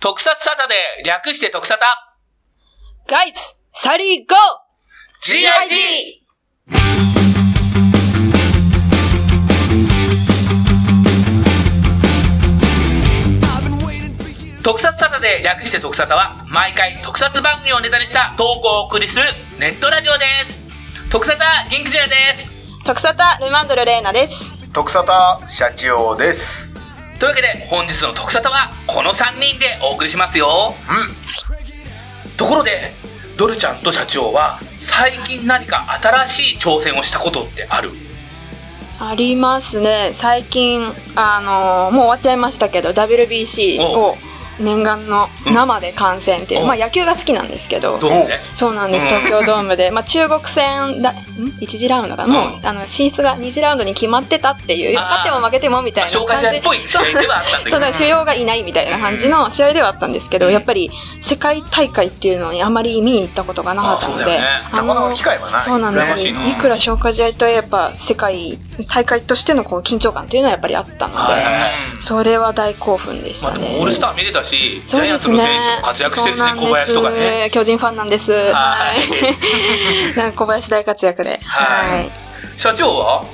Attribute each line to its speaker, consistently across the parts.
Speaker 1: 特撮サタで略して特サタ
Speaker 2: ガイツ、サリーゴー
Speaker 1: !GIG! 特撮サタで略して特サタは毎回特撮番組をネタにした投稿をお送りするネットラジオです特サタ銀クジラです
Speaker 2: 特撮タルマンドルレーナです。
Speaker 3: 徳沙汰社長です。
Speaker 1: というわけで本日の特サタはこの3人でお送りしますよ
Speaker 3: う
Speaker 1: ところでドルちゃんと社長は最近何か新しい挑戦をしたことってある
Speaker 2: ありますね。最近、あのーもう終わっちゃいましたけど、WBC
Speaker 1: お
Speaker 2: を念願の生で観戦っていう、
Speaker 1: うん
Speaker 2: まあ野球が好きなんですけど、
Speaker 1: どうね
Speaker 2: そうなんです、
Speaker 1: うん
Speaker 2: 東京ドームで。まあ中国戦だ、ん ?1 次ラウンドかな、も
Speaker 1: う
Speaker 2: うんあの進出が2次ラウンドに決まってたっていう、
Speaker 1: あー
Speaker 2: 勝っても負けてもみたいな
Speaker 1: 紹介
Speaker 2: 感
Speaker 1: 者
Speaker 2: じ。
Speaker 1: っぽい試合ではあったんだけ
Speaker 2: そう
Speaker 1: ど
Speaker 2: だ、主要がいないみたいな感じの試合ではあったんですけど、やっぱり世界大会っていうのにあまり見に行ったことがなかったの
Speaker 1: あそうだ
Speaker 2: で、
Speaker 1: よね
Speaker 2: あの
Speaker 3: なかなか機会はない
Speaker 2: そうなんで
Speaker 1: 羨ますしい
Speaker 2: よ
Speaker 1: ない
Speaker 2: くら消化試合といえば、世界大会としてのこう緊張感というのはやっぱりあったの
Speaker 1: はいはいはい
Speaker 2: で、それは大興奮でし
Speaker 1: ま
Speaker 2: た
Speaker 1: あ、で
Speaker 2: ね。
Speaker 1: もオールスター見れたし、ジャイアンツの選手も活躍してるしね、
Speaker 2: そ
Speaker 1: 小
Speaker 2: うなんで
Speaker 1: 林
Speaker 2: す
Speaker 1: とかね。。
Speaker 2: 巨人ファンなんです。
Speaker 1: はい
Speaker 2: い。なんか小林大活躍で。
Speaker 1: はい
Speaker 2: はい。
Speaker 1: 社長は
Speaker 3: ん。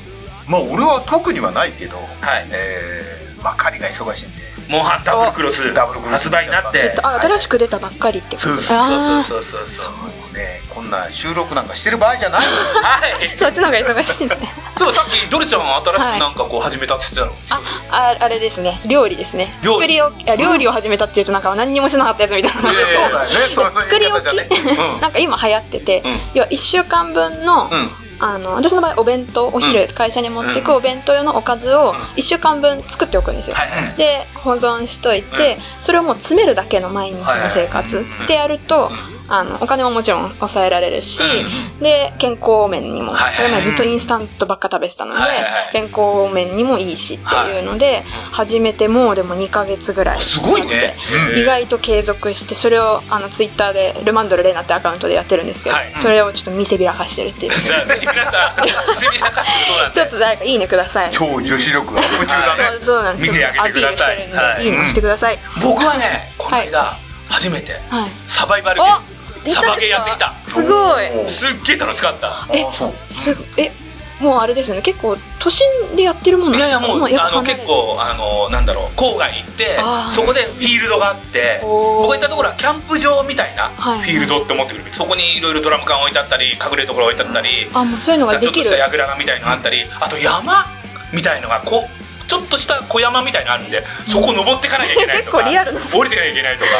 Speaker 3: まあ俺は特にはないけど、
Speaker 1: はい
Speaker 3: えー、まあ仮が忙しいんで。
Speaker 1: モンハンダブルクロス
Speaker 3: ダブルクロ
Speaker 1: 発
Speaker 3: ス
Speaker 1: 売になって、
Speaker 3: えっと
Speaker 2: あ、新しく出たばっかりってこと
Speaker 3: そうそう
Speaker 2: あー
Speaker 1: そうそうそうそう
Speaker 3: もうね、こんな収録なんかしてる場合じ ゃない。
Speaker 1: はい
Speaker 2: そっちの方が忙しいね。
Speaker 1: そういえばさっきドルちゃんは新しくなんかこう始めたって言ってた
Speaker 2: あ
Speaker 1: の、
Speaker 2: ああれですね料理ですね
Speaker 1: 料理
Speaker 2: 作り置きいや料理を始めたっていうとなんか何にもしなかったやつみたいな、
Speaker 1: いやいやいや
Speaker 3: そうだよね。そういう
Speaker 2: 作り
Speaker 3: 言い
Speaker 2: 置
Speaker 3: 方じゃね。
Speaker 2: き、
Speaker 1: うん
Speaker 2: なんか今流行ってて、
Speaker 1: うん
Speaker 2: 要は1週間分の,、
Speaker 1: ん
Speaker 2: あの私の場合お弁当お昼、会社に持って
Speaker 1: う
Speaker 2: くお弁当用のおかずを1週間分作っておくんですよ、
Speaker 1: はいはい
Speaker 2: で保存しといて、それをもう詰めるだけの毎日の生活
Speaker 1: はいはい
Speaker 2: ってやると、
Speaker 1: う
Speaker 2: あのお金ももちろん抑えられるし、
Speaker 1: う
Speaker 2: で健康面にも、
Speaker 1: はいはい
Speaker 2: それまでずっとインスタントばっか食べてたので、
Speaker 1: はいはいはい
Speaker 2: 健康面にもいいしっていうので、始めてもうでも2ヶ月ぐらい
Speaker 1: すごいね
Speaker 2: 経って意外と継続してそれをあのツイッターでルマンドルレナってアカウントでやってるんですけど、
Speaker 1: はい
Speaker 2: それをちょっと見せびらかしてるっていう。
Speaker 1: じゃあぜひ皆さんセミナー活動そうなん
Speaker 2: ちょっ
Speaker 1: で
Speaker 2: と誰かいいねください。
Speaker 3: 超女子力が夢中だね。
Speaker 2: そうそうなんです
Speaker 1: 見てあげてください
Speaker 2: ちょっとアピールしてるんでいいねをしてください。
Speaker 1: 僕はねこの間初めて
Speaker 2: はい。
Speaker 1: サバイバルゲームサバゲーやってきた
Speaker 2: すごい
Speaker 3: おー
Speaker 1: すっげえ楽しかった
Speaker 3: あーそう。
Speaker 2: すえもうあれですよね結構都心でやってるもの
Speaker 1: いやいやもう
Speaker 2: や
Speaker 1: あ
Speaker 2: っぱ
Speaker 1: の
Speaker 2: 離れ
Speaker 1: 結構あのなんだろう郊外行って
Speaker 2: あー
Speaker 1: そこでフィールドがあって
Speaker 2: おー
Speaker 1: 僕が行ったところはキャンプ場みたいなフ
Speaker 2: はいはい
Speaker 1: ィールドって思ってくる、そこにいろいろドラム缶置いてあったり隠れるところ置いてあったり、
Speaker 2: あもうそういうのが
Speaker 1: ち
Speaker 2: で
Speaker 1: ょっと
Speaker 2: き
Speaker 1: し
Speaker 2: る
Speaker 1: た櫓がみたいのがあったりあと山みたいのがこうちょっとした小山みたいのあるんでそこ登ってかなきゃいけないとか
Speaker 2: 結構リアルな
Speaker 1: 降りてかなきゃいけないとか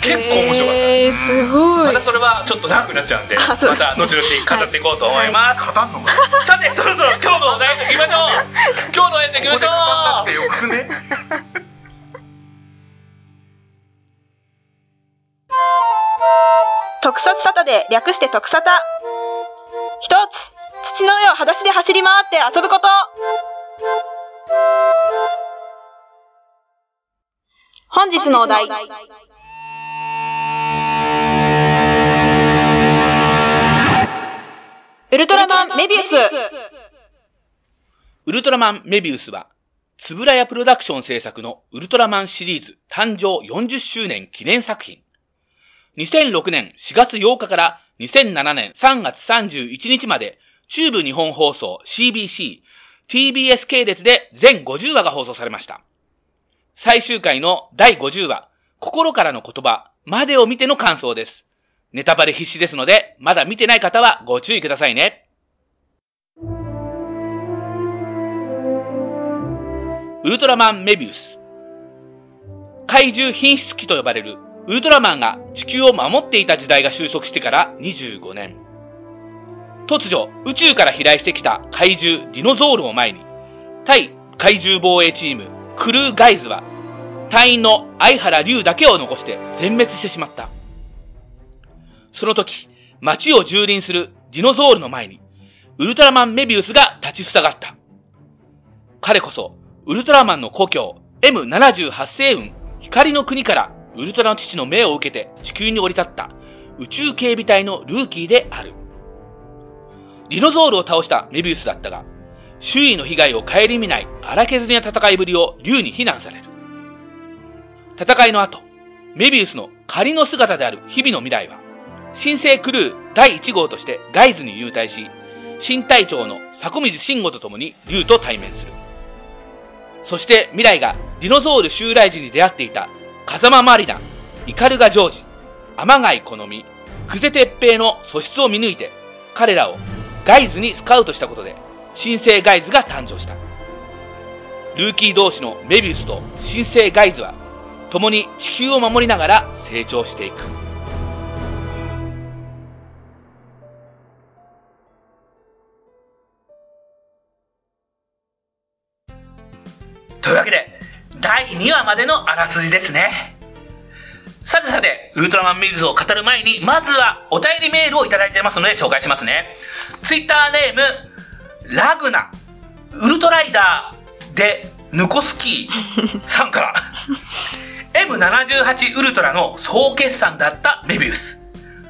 Speaker 1: 結構面白かった、
Speaker 2: えー、すご
Speaker 1: ま
Speaker 2: い
Speaker 1: たそれはちょっと長くなっちゃうんで
Speaker 2: あ
Speaker 1: ま
Speaker 2: そう
Speaker 1: た
Speaker 2: ですね
Speaker 1: 後々語っていこうと思います、
Speaker 3: 語んのか。
Speaker 1: さてそろそろ今日のお題に行きましょう今日のエンディング行
Speaker 3: ここ
Speaker 1: きまし
Speaker 3: で語んな
Speaker 1: ょう
Speaker 3: くてよくね。
Speaker 2: 特撮サタで略して特サタ一つ土の上を裸足で走り回って遊ぶこと本日のお題ウルトラマンメビウス
Speaker 1: ウルトラマンメビウスは、つぶらやプロダクション制作のウルトラマンシリーズ誕生40周年記念作品。2006年4月8日から2007年3月31日まで、中部日本放送 CBC、TBS 系列で全50話が放送されました。最終回の第50話、心からの言葉までを見ての感想です。ネタバレ必至ですので、まだ見てない方はご注意くださいね。ウルトラマンメビウス。怪獣品質機と呼ばれるウルトラマンが地球を守っていた時代が収束してから25年。突如、宇宙から飛来してきた怪獣ディノゾールを前に、対怪獣防衛チームクルーガイズは、隊員の相原龍だけを残して全滅してしまった。その時、街を蹂躙するディノゾールの前に、ウルトラマンメビウスが立ちふさがった。彼こそ、ウルトラマンの故郷、M78 星雲、光の国から、ウルトラの父の命を受けて地球に降り立った、宇宙警備隊のルーキーである。ディノゾールを倒したメビウスだったが、周囲の被害を顧みない荒削りな戦いぶりを竜に非難される。戦いの後、メビウスの仮の姿である日々の未来は、新生クルー第1号としてガイズに入隊し、新隊長の迫水慎吾と共に竜と対面する。そして未来がディノゾール襲来時に出会っていた風間マリナ、イカルガジョージ、天貝好み、久世鉄平の素質を見抜いて、彼らをガイズにスカウトしたことで、新生ガイズが誕生した。ルーキー同士のメビウスと新生ガイズは、共に地球を守りながら成長していく。というわけで、第2話までのあらすじですね。さてさて、ウルトラマンミルズを語る前に、まずはお便りメールをいただいてますので紹介しますね。ツイッターネーム、ラグナ、ウルトライダーで、ヌコスキーさんから、M78 ウルトラの総決算だったメビウス。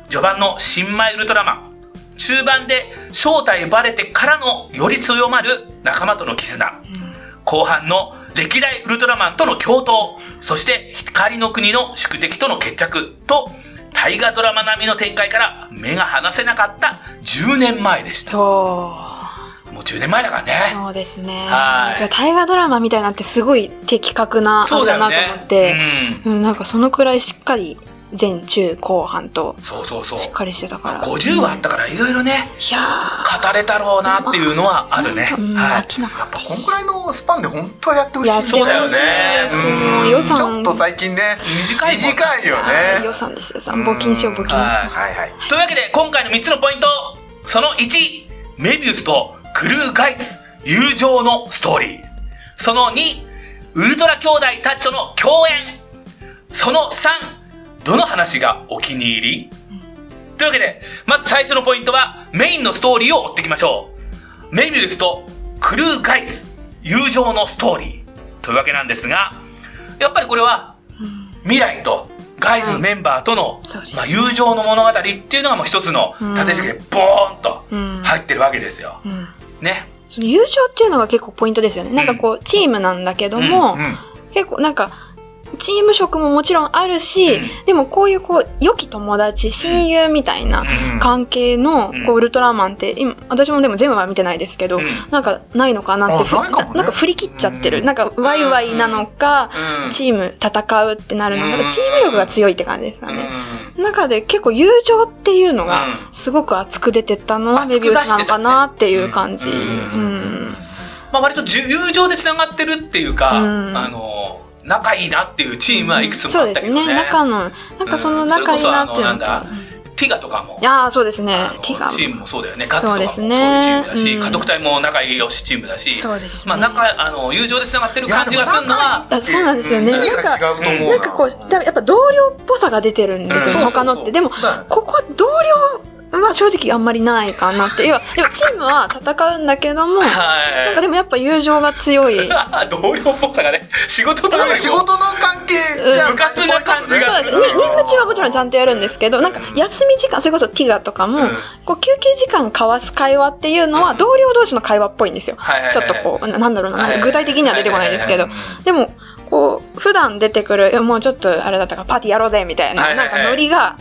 Speaker 1: 序盤の新米ウルトラマン。中盤で正体バレてからのより強まる仲間との絆。後半の歴代ウルトラマンとの共闘、そして光の国の宿敵との決着と、大河ドラマ並みの展開から目が離せなかった10年前でした。
Speaker 2: と、
Speaker 1: もう10年前だからね。
Speaker 2: そうですね。
Speaker 1: はい
Speaker 2: そう大河ドラマみたいなってすごい的確な、あ
Speaker 1: そう
Speaker 2: れ
Speaker 1: だ
Speaker 2: だ
Speaker 1: よね。
Speaker 2: なと思って、うん、なんかそのくらいしっかり、前中後半と
Speaker 1: うん。、そうそうそう
Speaker 2: しっ。かりしてたから。
Speaker 1: 50話あったからいろいろね、
Speaker 2: いやー
Speaker 1: 語れたろうなっていうのはあるね。
Speaker 2: うん、
Speaker 1: は
Speaker 2: 飽
Speaker 1: い。
Speaker 2: きなかった
Speaker 3: こん
Speaker 2: し
Speaker 3: く。らいのスパンで本当はやってほしい
Speaker 2: やってほしいそうだよね
Speaker 3: うん
Speaker 2: もう予算
Speaker 3: ちょっと最近ね
Speaker 1: 短いもん
Speaker 3: 短いよ
Speaker 2: あー予
Speaker 3: ね
Speaker 2: 算ですよ、予算。募金しよう、募金。
Speaker 1: はい
Speaker 3: はいはい
Speaker 1: というわけで今回の3つのポイントその1メビウスとクルーガイズ友情のストーリーその2ウルトラ兄弟たちとの共演その3どの話がお気に入りというわけでまず最初のポイントはメインのストーリーを追っていきましょうメビウスとクルーガイズ友情のストーリーというわけなんですがやっぱりこれは未来とガイズメンバーとの、
Speaker 2: そうですね
Speaker 1: まあ、友情の物語っていうのがもう一つの縦軸でボーンと
Speaker 2: うん
Speaker 1: 入ってるわけですよ。
Speaker 2: うん
Speaker 1: ね。
Speaker 2: その優勝っていうのが結構ポイントですよね。なんかこう、チームなんだけども、
Speaker 3: うん
Speaker 2: 結構なんか、チーム職ももちろんあるし、
Speaker 1: うん
Speaker 2: でもこういうこう、良き友達、親友みたいな
Speaker 1: うん
Speaker 2: 関係の
Speaker 1: うん、
Speaker 2: こう、ウルトラマンって、今、私もでも全部は見てないですけど、
Speaker 1: うん
Speaker 2: なんかないのかなって、
Speaker 3: あないかもね
Speaker 2: なんか振り切っちゃってる。
Speaker 3: うん
Speaker 2: なんか、ワイワイなのか、
Speaker 1: うん
Speaker 2: チーム戦うってなるの
Speaker 1: うん
Speaker 2: か、なんかチーム力が強いって感じですかね。中で結構友情っていうのが
Speaker 1: うん
Speaker 2: すごく熱く出てったのは
Speaker 1: 熱
Speaker 2: メ
Speaker 1: く
Speaker 2: ビウスな
Speaker 1: 出して
Speaker 2: の
Speaker 1: た
Speaker 2: か
Speaker 1: ね
Speaker 2: なっていう感じ。
Speaker 1: う
Speaker 2: うんん。
Speaker 1: まあ割とじゅ友情で繋がってるっていうか、
Speaker 2: うん
Speaker 1: あの、仲いいなっていうチームはいくつも
Speaker 2: そう
Speaker 1: あっ
Speaker 2: で
Speaker 1: た
Speaker 2: す
Speaker 1: けどね。
Speaker 2: ね。仲の、なんかその仲いいなっていうの
Speaker 1: うんそれこそあの
Speaker 2: が
Speaker 1: な。ティガとかも。
Speaker 2: ああ、そうですね
Speaker 1: あの。
Speaker 2: ティガ
Speaker 1: チームもそうだよね。ガッツとかもそ
Speaker 2: そうう
Speaker 1: い
Speaker 2: で
Speaker 1: うチ
Speaker 2: すね
Speaker 1: ームだし、
Speaker 2: うん
Speaker 1: 家督隊も仲良しチームだし、
Speaker 2: そうですね
Speaker 1: まあ仲、あの、友情で繋がってる感じがするのは、
Speaker 2: あそうなんですよね。
Speaker 3: う
Speaker 2: なんん
Speaker 3: な
Speaker 2: か
Speaker 3: ん、か違うと思うな
Speaker 2: なんかこう、だやっぱ同僚っぽさが出てるんですよ、
Speaker 1: うん
Speaker 2: 他のって。でも、
Speaker 3: そうそうそう
Speaker 2: ここ同僚は正直あんまりないかなって。要は、でもチームは戦うんだけども、なん
Speaker 1: はい。
Speaker 2: かでもやっぱ友情が強い。
Speaker 1: 同僚っぽさがね、仕事だ
Speaker 3: なん
Speaker 1: ね
Speaker 3: か仕事の関係じゃ
Speaker 1: 部活の感じが
Speaker 2: そ
Speaker 1: す
Speaker 2: う
Speaker 1: る
Speaker 2: ですね任務中はもちろんちゃんとやるんですけど、なんか休み時間、それこそティガとかも、
Speaker 1: うん
Speaker 2: こう休憩時間交わす会話っていうの
Speaker 1: う
Speaker 2: は
Speaker 1: ん
Speaker 2: 同僚同士の会話っぽいんですよ。
Speaker 1: はいはいはい
Speaker 2: ちょっとこう、ななんだろうな、なんか具体的には出てこないですけ
Speaker 1: は
Speaker 2: ど
Speaker 1: いはいはい。
Speaker 2: でも、こう、普段出てくる、いやもうちょっとあれだったからパーティーやろうぜみたい
Speaker 1: はい
Speaker 2: な、
Speaker 1: はいは
Speaker 2: ないんかノリが、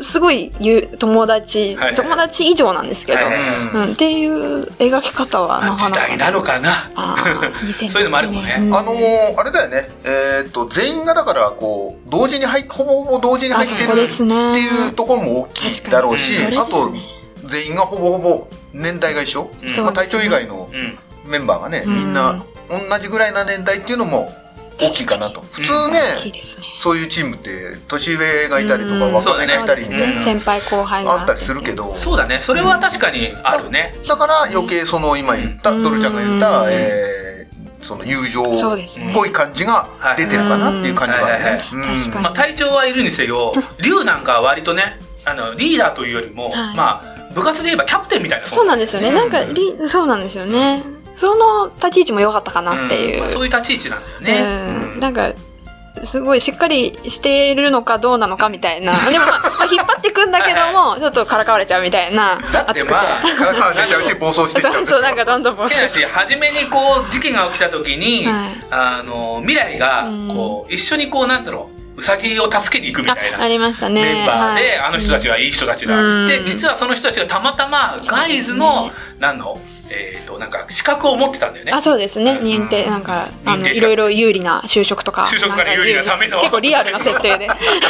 Speaker 2: すごい言う友達
Speaker 1: はいはい、
Speaker 2: 友達以上なんですけど、
Speaker 1: はいはい
Speaker 2: うん、っていう描き方はなか
Speaker 1: 時
Speaker 2: なか。
Speaker 1: 代なのかな。
Speaker 2: あー 2000
Speaker 1: そういうのもあるもんね
Speaker 2: うん
Speaker 3: あのーあれだよね、えーっと全員がだからこう同時に入っほぼほぼ同時に入って
Speaker 2: あ
Speaker 3: る
Speaker 2: そこですね
Speaker 3: っていうところも大きいだろうし、
Speaker 2: 確
Speaker 3: あ
Speaker 2: かにそ
Speaker 3: と
Speaker 2: れですね
Speaker 3: 全員がほぼほぼ年代が一緒、
Speaker 1: んそう
Speaker 3: ま
Speaker 2: で
Speaker 3: あ、
Speaker 2: すね
Speaker 3: 隊長以外の
Speaker 1: うん。
Speaker 3: メンバーがね、
Speaker 2: うん
Speaker 3: みんな同じぐらいな年代っていうのも大きいかなと普通ね、
Speaker 2: いいですね。
Speaker 3: そういうチームって年上がいたりとか
Speaker 2: うん
Speaker 3: 若手がいたりみ
Speaker 2: そう
Speaker 3: たい
Speaker 2: ですね先
Speaker 3: な
Speaker 2: 輩後輩が
Speaker 3: あったりするけど
Speaker 1: そうだね。それは確かにあるね。
Speaker 3: だから余計その今言った、
Speaker 2: うん
Speaker 3: ドルちゃんが言った、えーその友情っ
Speaker 2: そうですね
Speaker 3: ぽい感じが出てるかなっていう感じがあるね。
Speaker 2: うんはいはいはい確かに
Speaker 1: まあ、隊長はいるにせよ、龍なんかは割とね、あの、リーダーというよりも、
Speaker 2: はい
Speaker 1: まあ、部活で言えばキャプテンみたいな。
Speaker 2: そうなんですよね。なんかり、そうなんですよね。その立ち位置も良かったかなっていう。
Speaker 1: んまあそういう立ち位置なんだよね。
Speaker 2: うんなんか、すごいしっかりしているのかどうなのかみたいな。でも、まあまあ引っ張ってくんだけども、ちょっとからかわれちゃうみたいな。
Speaker 1: だってまあ、
Speaker 3: からか出ちゃうし暴走してっちゃう
Speaker 2: そうそう、なんかどんどんボ
Speaker 1: 変だ
Speaker 2: ス。
Speaker 1: し、初めにこう、事件が起きた時に、
Speaker 2: はい
Speaker 1: あの、未来が
Speaker 2: う、ん
Speaker 1: こう、一緒にこう、なんだろう、ウサギを助けに行くみ
Speaker 2: あ
Speaker 1: たいな、
Speaker 2: ありましたね。
Speaker 1: メンバーで、
Speaker 2: はい
Speaker 1: あの人たちはいい人たちだっつって、
Speaker 2: うん
Speaker 1: 実はその人たちがたまたまガイズの、なんのえっ、となんか資格を持ってたんだよね
Speaker 2: あ、そうですね。
Speaker 1: うん
Speaker 2: 認定、なんか、あ
Speaker 1: 認
Speaker 2: の、
Speaker 1: 定者
Speaker 2: いろいろ有利な就職とか。
Speaker 1: 就職から有利なための
Speaker 2: んか結構リアルな設定で。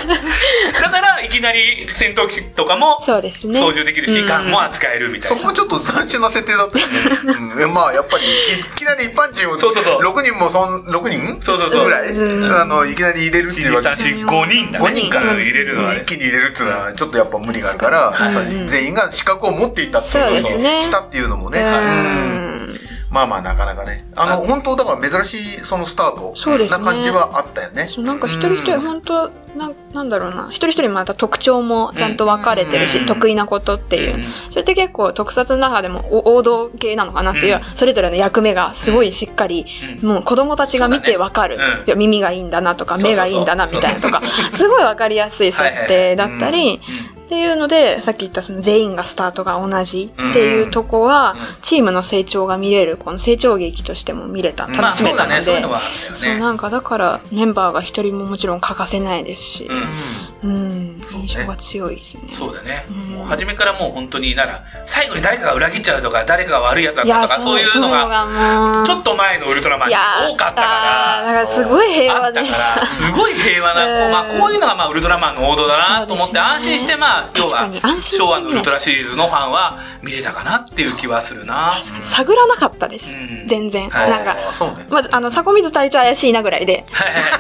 Speaker 1: だからいきなり戦闘機とかも
Speaker 2: そうですね。
Speaker 1: 操縦できるし、
Speaker 2: うん
Speaker 1: ガンも扱えるみたい
Speaker 3: そ
Speaker 1: な
Speaker 3: こもちょっと斬新な設定だったよね。うん、まあ、やっぱり、いきなり一般人を、
Speaker 1: そうそうそう
Speaker 3: 6人もそん、6人
Speaker 1: そうそうそう
Speaker 3: ぐらい、
Speaker 2: うん
Speaker 3: あの、いきなり入れるっていうわけ
Speaker 1: 1234 5人だね
Speaker 3: 5人
Speaker 1: から入れるのは
Speaker 3: 一
Speaker 1: ね
Speaker 3: 気に入れるっていうのはちょっとやっぱ無理があるから、
Speaker 1: はい
Speaker 3: さ全員が資格を持っていたっていう
Speaker 2: そう
Speaker 1: です
Speaker 2: ね
Speaker 3: したっていうのもね、うん
Speaker 2: うん。
Speaker 3: まあまあなかなかねあの
Speaker 1: あ
Speaker 3: 本当だから珍しいそのスタート
Speaker 2: そうです
Speaker 3: な
Speaker 2: ね
Speaker 3: 感じはあったよね
Speaker 2: そうなんか一人一人、
Speaker 3: うん
Speaker 2: 本当なんなんだろうな一人一人また特徴もちゃんと分かれてるし、
Speaker 1: うん
Speaker 2: 得意なことっていう、
Speaker 1: うん
Speaker 2: それって結構特撮の中でもお王道系なのかなっていう、
Speaker 1: う
Speaker 2: それぞれの役目がすごいしっかり、
Speaker 1: うん
Speaker 2: もう子供たちが見て分かる、
Speaker 1: そうだねうん
Speaker 2: いや耳がいいんだなとか
Speaker 1: そうそう
Speaker 2: 目
Speaker 1: そう
Speaker 2: がいいんだなみたいなとかすごい分かりやすい設定だったり、
Speaker 3: はい
Speaker 2: っていうのでさっき言ったその全員がスタートが同じっていうとこ
Speaker 1: う
Speaker 2: は
Speaker 1: ん、
Speaker 2: チームの成長が見れるこの成長劇としても見れた
Speaker 1: まあ
Speaker 2: 楽し
Speaker 1: そ
Speaker 2: め
Speaker 1: う
Speaker 2: た
Speaker 1: だ
Speaker 2: ので、
Speaker 1: ねそういうのはあったよね
Speaker 2: そうなんかだからメンバーが一人ももちろん欠かせないですし、
Speaker 1: うん
Speaker 2: うん、
Speaker 3: そうね
Speaker 2: 印象が強いですね。
Speaker 1: そうだね、
Speaker 2: うん
Speaker 1: もう初めからもう本当になら最後に誰かが裏切っちゃうとか誰かが悪いやつだっ
Speaker 2: い
Speaker 1: た
Speaker 2: や
Speaker 1: とかそういうのが
Speaker 2: もう
Speaker 1: ちょっと前のウルトラマン
Speaker 2: い
Speaker 1: に
Speaker 2: や
Speaker 1: 多かったから
Speaker 2: あーだからすごい平和でし
Speaker 1: あったから
Speaker 2: た。
Speaker 1: すごい平和な、
Speaker 2: うん
Speaker 1: まあ、こういうのがまあウルトラマンの王道だなと思っ
Speaker 2: そ
Speaker 1: て、
Speaker 2: うですね
Speaker 1: 安心してまあ要は
Speaker 2: 確かに安心して
Speaker 1: 昭和のウルト
Speaker 2: ラ
Speaker 1: ラシリーズのファンは見れたかなっていう気はするな
Speaker 2: 確かに探らなかったです、
Speaker 1: うん
Speaker 2: 全然、
Speaker 1: はい
Speaker 2: なんか
Speaker 3: あーそうね
Speaker 2: まずあの迫水隊長怪しいなぐらいで、
Speaker 1: はいはいはい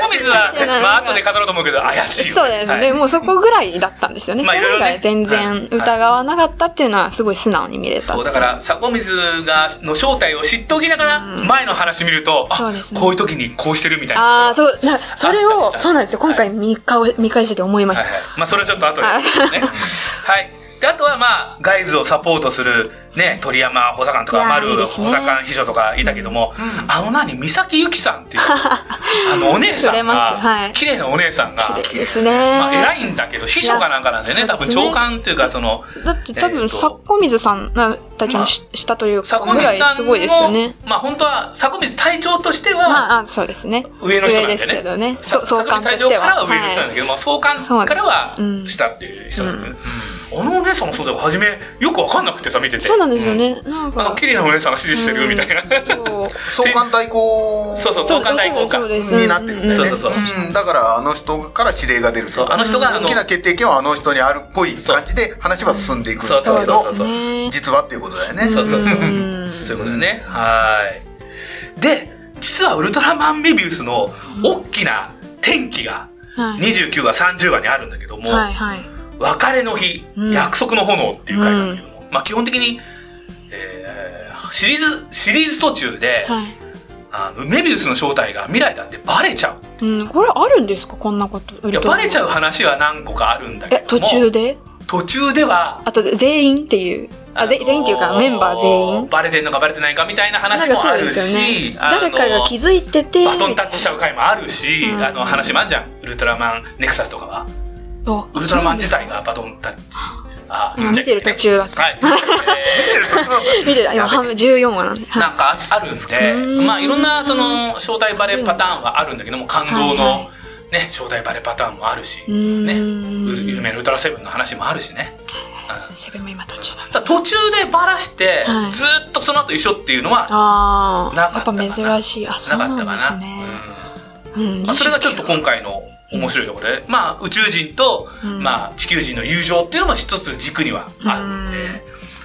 Speaker 1: まあ迫水は、
Speaker 2: いやなんか
Speaker 1: まあ後で語ろうと思うけど怪しいよね
Speaker 2: そうですね、
Speaker 1: はい
Speaker 2: もうそこぐらいだったんですよね、
Speaker 1: まあ
Speaker 2: それ以外全
Speaker 1: いろいろ
Speaker 2: 然
Speaker 1: ねはい
Speaker 2: 疑わなかったっていうのはすごい素直に見れた
Speaker 1: そうだから迫水がの正体を知っておきながら前の話見ると、あ
Speaker 2: そうですね
Speaker 1: こういう時にこうしてるみたいな
Speaker 2: ああそうなそれ
Speaker 1: あったりし
Speaker 2: を
Speaker 1: た
Speaker 2: そうなんですよ今回見かお見返してて思いま
Speaker 1: は
Speaker 2: し
Speaker 1: い
Speaker 2: た、
Speaker 1: はい、まあそれはちょっと後で、ね、
Speaker 2: あ
Speaker 1: はいであとはまあガイズをサポートするね鳥山補佐官と
Speaker 2: い
Speaker 1: か
Speaker 2: やー
Speaker 1: 丸
Speaker 2: いい
Speaker 1: 補
Speaker 2: ですね
Speaker 1: 佐官秘書とかいたけども、あの何三崎由紀さんっていう あのお姉さ
Speaker 2: 触れ
Speaker 1: ん
Speaker 2: ますは
Speaker 1: が
Speaker 2: い
Speaker 1: 綺麗なお姉さんが
Speaker 2: 綺、麗ですね、
Speaker 1: まあ、偉いんだけど秘書かなんかなんで
Speaker 2: い
Speaker 1: ね
Speaker 2: や
Speaker 1: 多分
Speaker 2: そうですね
Speaker 1: 長官っていうかその
Speaker 2: だって多
Speaker 1: え
Speaker 2: 分、
Speaker 1: ーと
Speaker 2: 迫水さんたちのし下というか、
Speaker 1: 迫
Speaker 2: ぐら
Speaker 1: 水
Speaker 2: い
Speaker 1: さ
Speaker 2: す
Speaker 1: ん
Speaker 2: ごいですよね
Speaker 1: も。まあ本当は迫水隊長としては、
Speaker 2: まあ、あそうですね。
Speaker 1: 上の人なんだよね
Speaker 2: ですけどね。
Speaker 1: さ
Speaker 2: そう総監とし
Speaker 1: 坂上隊
Speaker 2: て
Speaker 1: 長からは
Speaker 2: は。
Speaker 1: 上の人なんだ
Speaker 2: い
Speaker 1: けど、まあ、総監からは下っていう人なんだよねあのお姉さんもそうだよ初めよくわかんなくてさ見てて
Speaker 2: そうなんですよね。なん
Speaker 1: あ
Speaker 2: か
Speaker 1: の。綺麗なお姉さんが指示してるよみたいな、
Speaker 2: うんそう
Speaker 3: 相関代行
Speaker 1: そうそう相関代行か
Speaker 2: そうです
Speaker 3: になってるんだよね
Speaker 1: そうそうそう
Speaker 3: うんだからあの人から指令が出る
Speaker 1: そうあの人があの
Speaker 3: 大きな決定権はあの人にあるっぽい感じで話は進んでいくんだけ
Speaker 1: そうそう
Speaker 3: ど
Speaker 1: そう
Speaker 2: ですね。
Speaker 3: 実はっていうことだよね
Speaker 1: そうそうそう
Speaker 2: うん
Speaker 1: そういうことだよねはーいで実はウルトラマンメビウスの大きな転機が
Speaker 2: はい
Speaker 1: 29話30話にあるんだけども、
Speaker 2: はいはい。
Speaker 1: 別れの日、
Speaker 2: うん
Speaker 1: 約束の炎っていう回なんだけども、まあ基本的に、えーシリーズシリーズ途中で、
Speaker 2: はい。
Speaker 1: あのメビウスの正体が未来だってバレちゃう
Speaker 2: うん、これあるんですかこんなこと。
Speaker 1: いやバレちゃ
Speaker 2: う。
Speaker 1: う話は何個かあるんだけど
Speaker 2: え
Speaker 1: も、
Speaker 2: 途中で
Speaker 1: 途中では
Speaker 2: あとで全員っていう。あ、ぜ
Speaker 1: のー
Speaker 2: 全員っていうか、メンバー全員。
Speaker 1: バレてんのかバレてないかみたいな
Speaker 2: な
Speaker 1: 話
Speaker 2: んか
Speaker 1: も
Speaker 2: そ
Speaker 1: あ
Speaker 2: うで
Speaker 1: る
Speaker 2: すよ
Speaker 1: し
Speaker 2: ね。誰かが気
Speaker 1: づ
Speaker 2: づいてて。
Speaker 1: バトンタッチしちゃう回もあるし、
Speaker 2: うん
Speaker 1: あの話もあるじゃんウルトラマンネクサスとかは
Speaker 2: あ
Speaker 1: ウルトラマン自体がバトンタッチあ
Speaker 2: うん
Speaker 1: 言っちゃい
Speaker 2: 見てる途中だ
Speaker 1: はい、
Speaker 3: 見てると
Speaker 2: 見てた今
Speaker 3: やべ
Speaker 2: 半分14話なんで、
Speaker 1: えー
Speaker 2: はい
Speaker 1: なんかあるんで
Speaker 2: うん
Speaker 1: まあいろんなその正体バレパターンはあるんだけども感動
Speaker 2: はい
Speaker 1: の、ね、正体バレパターンもあるし、
Speaker 2: うーん
Speaker 1: ねう有名なウルトラセブンの話もあるしね、うん、
Speaker 2: セブンも今途中だ
Speaker 1: だから途中でバラして、
Speaker 2: はい
Speaker 1: ずーっとその後一緒っていうのは
Speaker 2: ああ
Speaker 1: なかった
Speaker 2: やっ
Speaker 1: か
Speaker 2: ぱ
Speaker 1: な
Speaker 2: 珍しいあそ
Speaker 1: な
Speaker 2: う
Speaker 1: かった
Speaker 2: なん
Speaker 1: かな
Speaker 2: ですね、
Speaker 1: う
Speaker 2: うんん
Speaker 1: まあ、それがちょっと今回の面白いところで、まあ、宇宙人と、
Speaker 2: うん
Speaker 1: まあ、地球人の友情っていうのも一つ軸にはあるんで、
Speaker 2: うん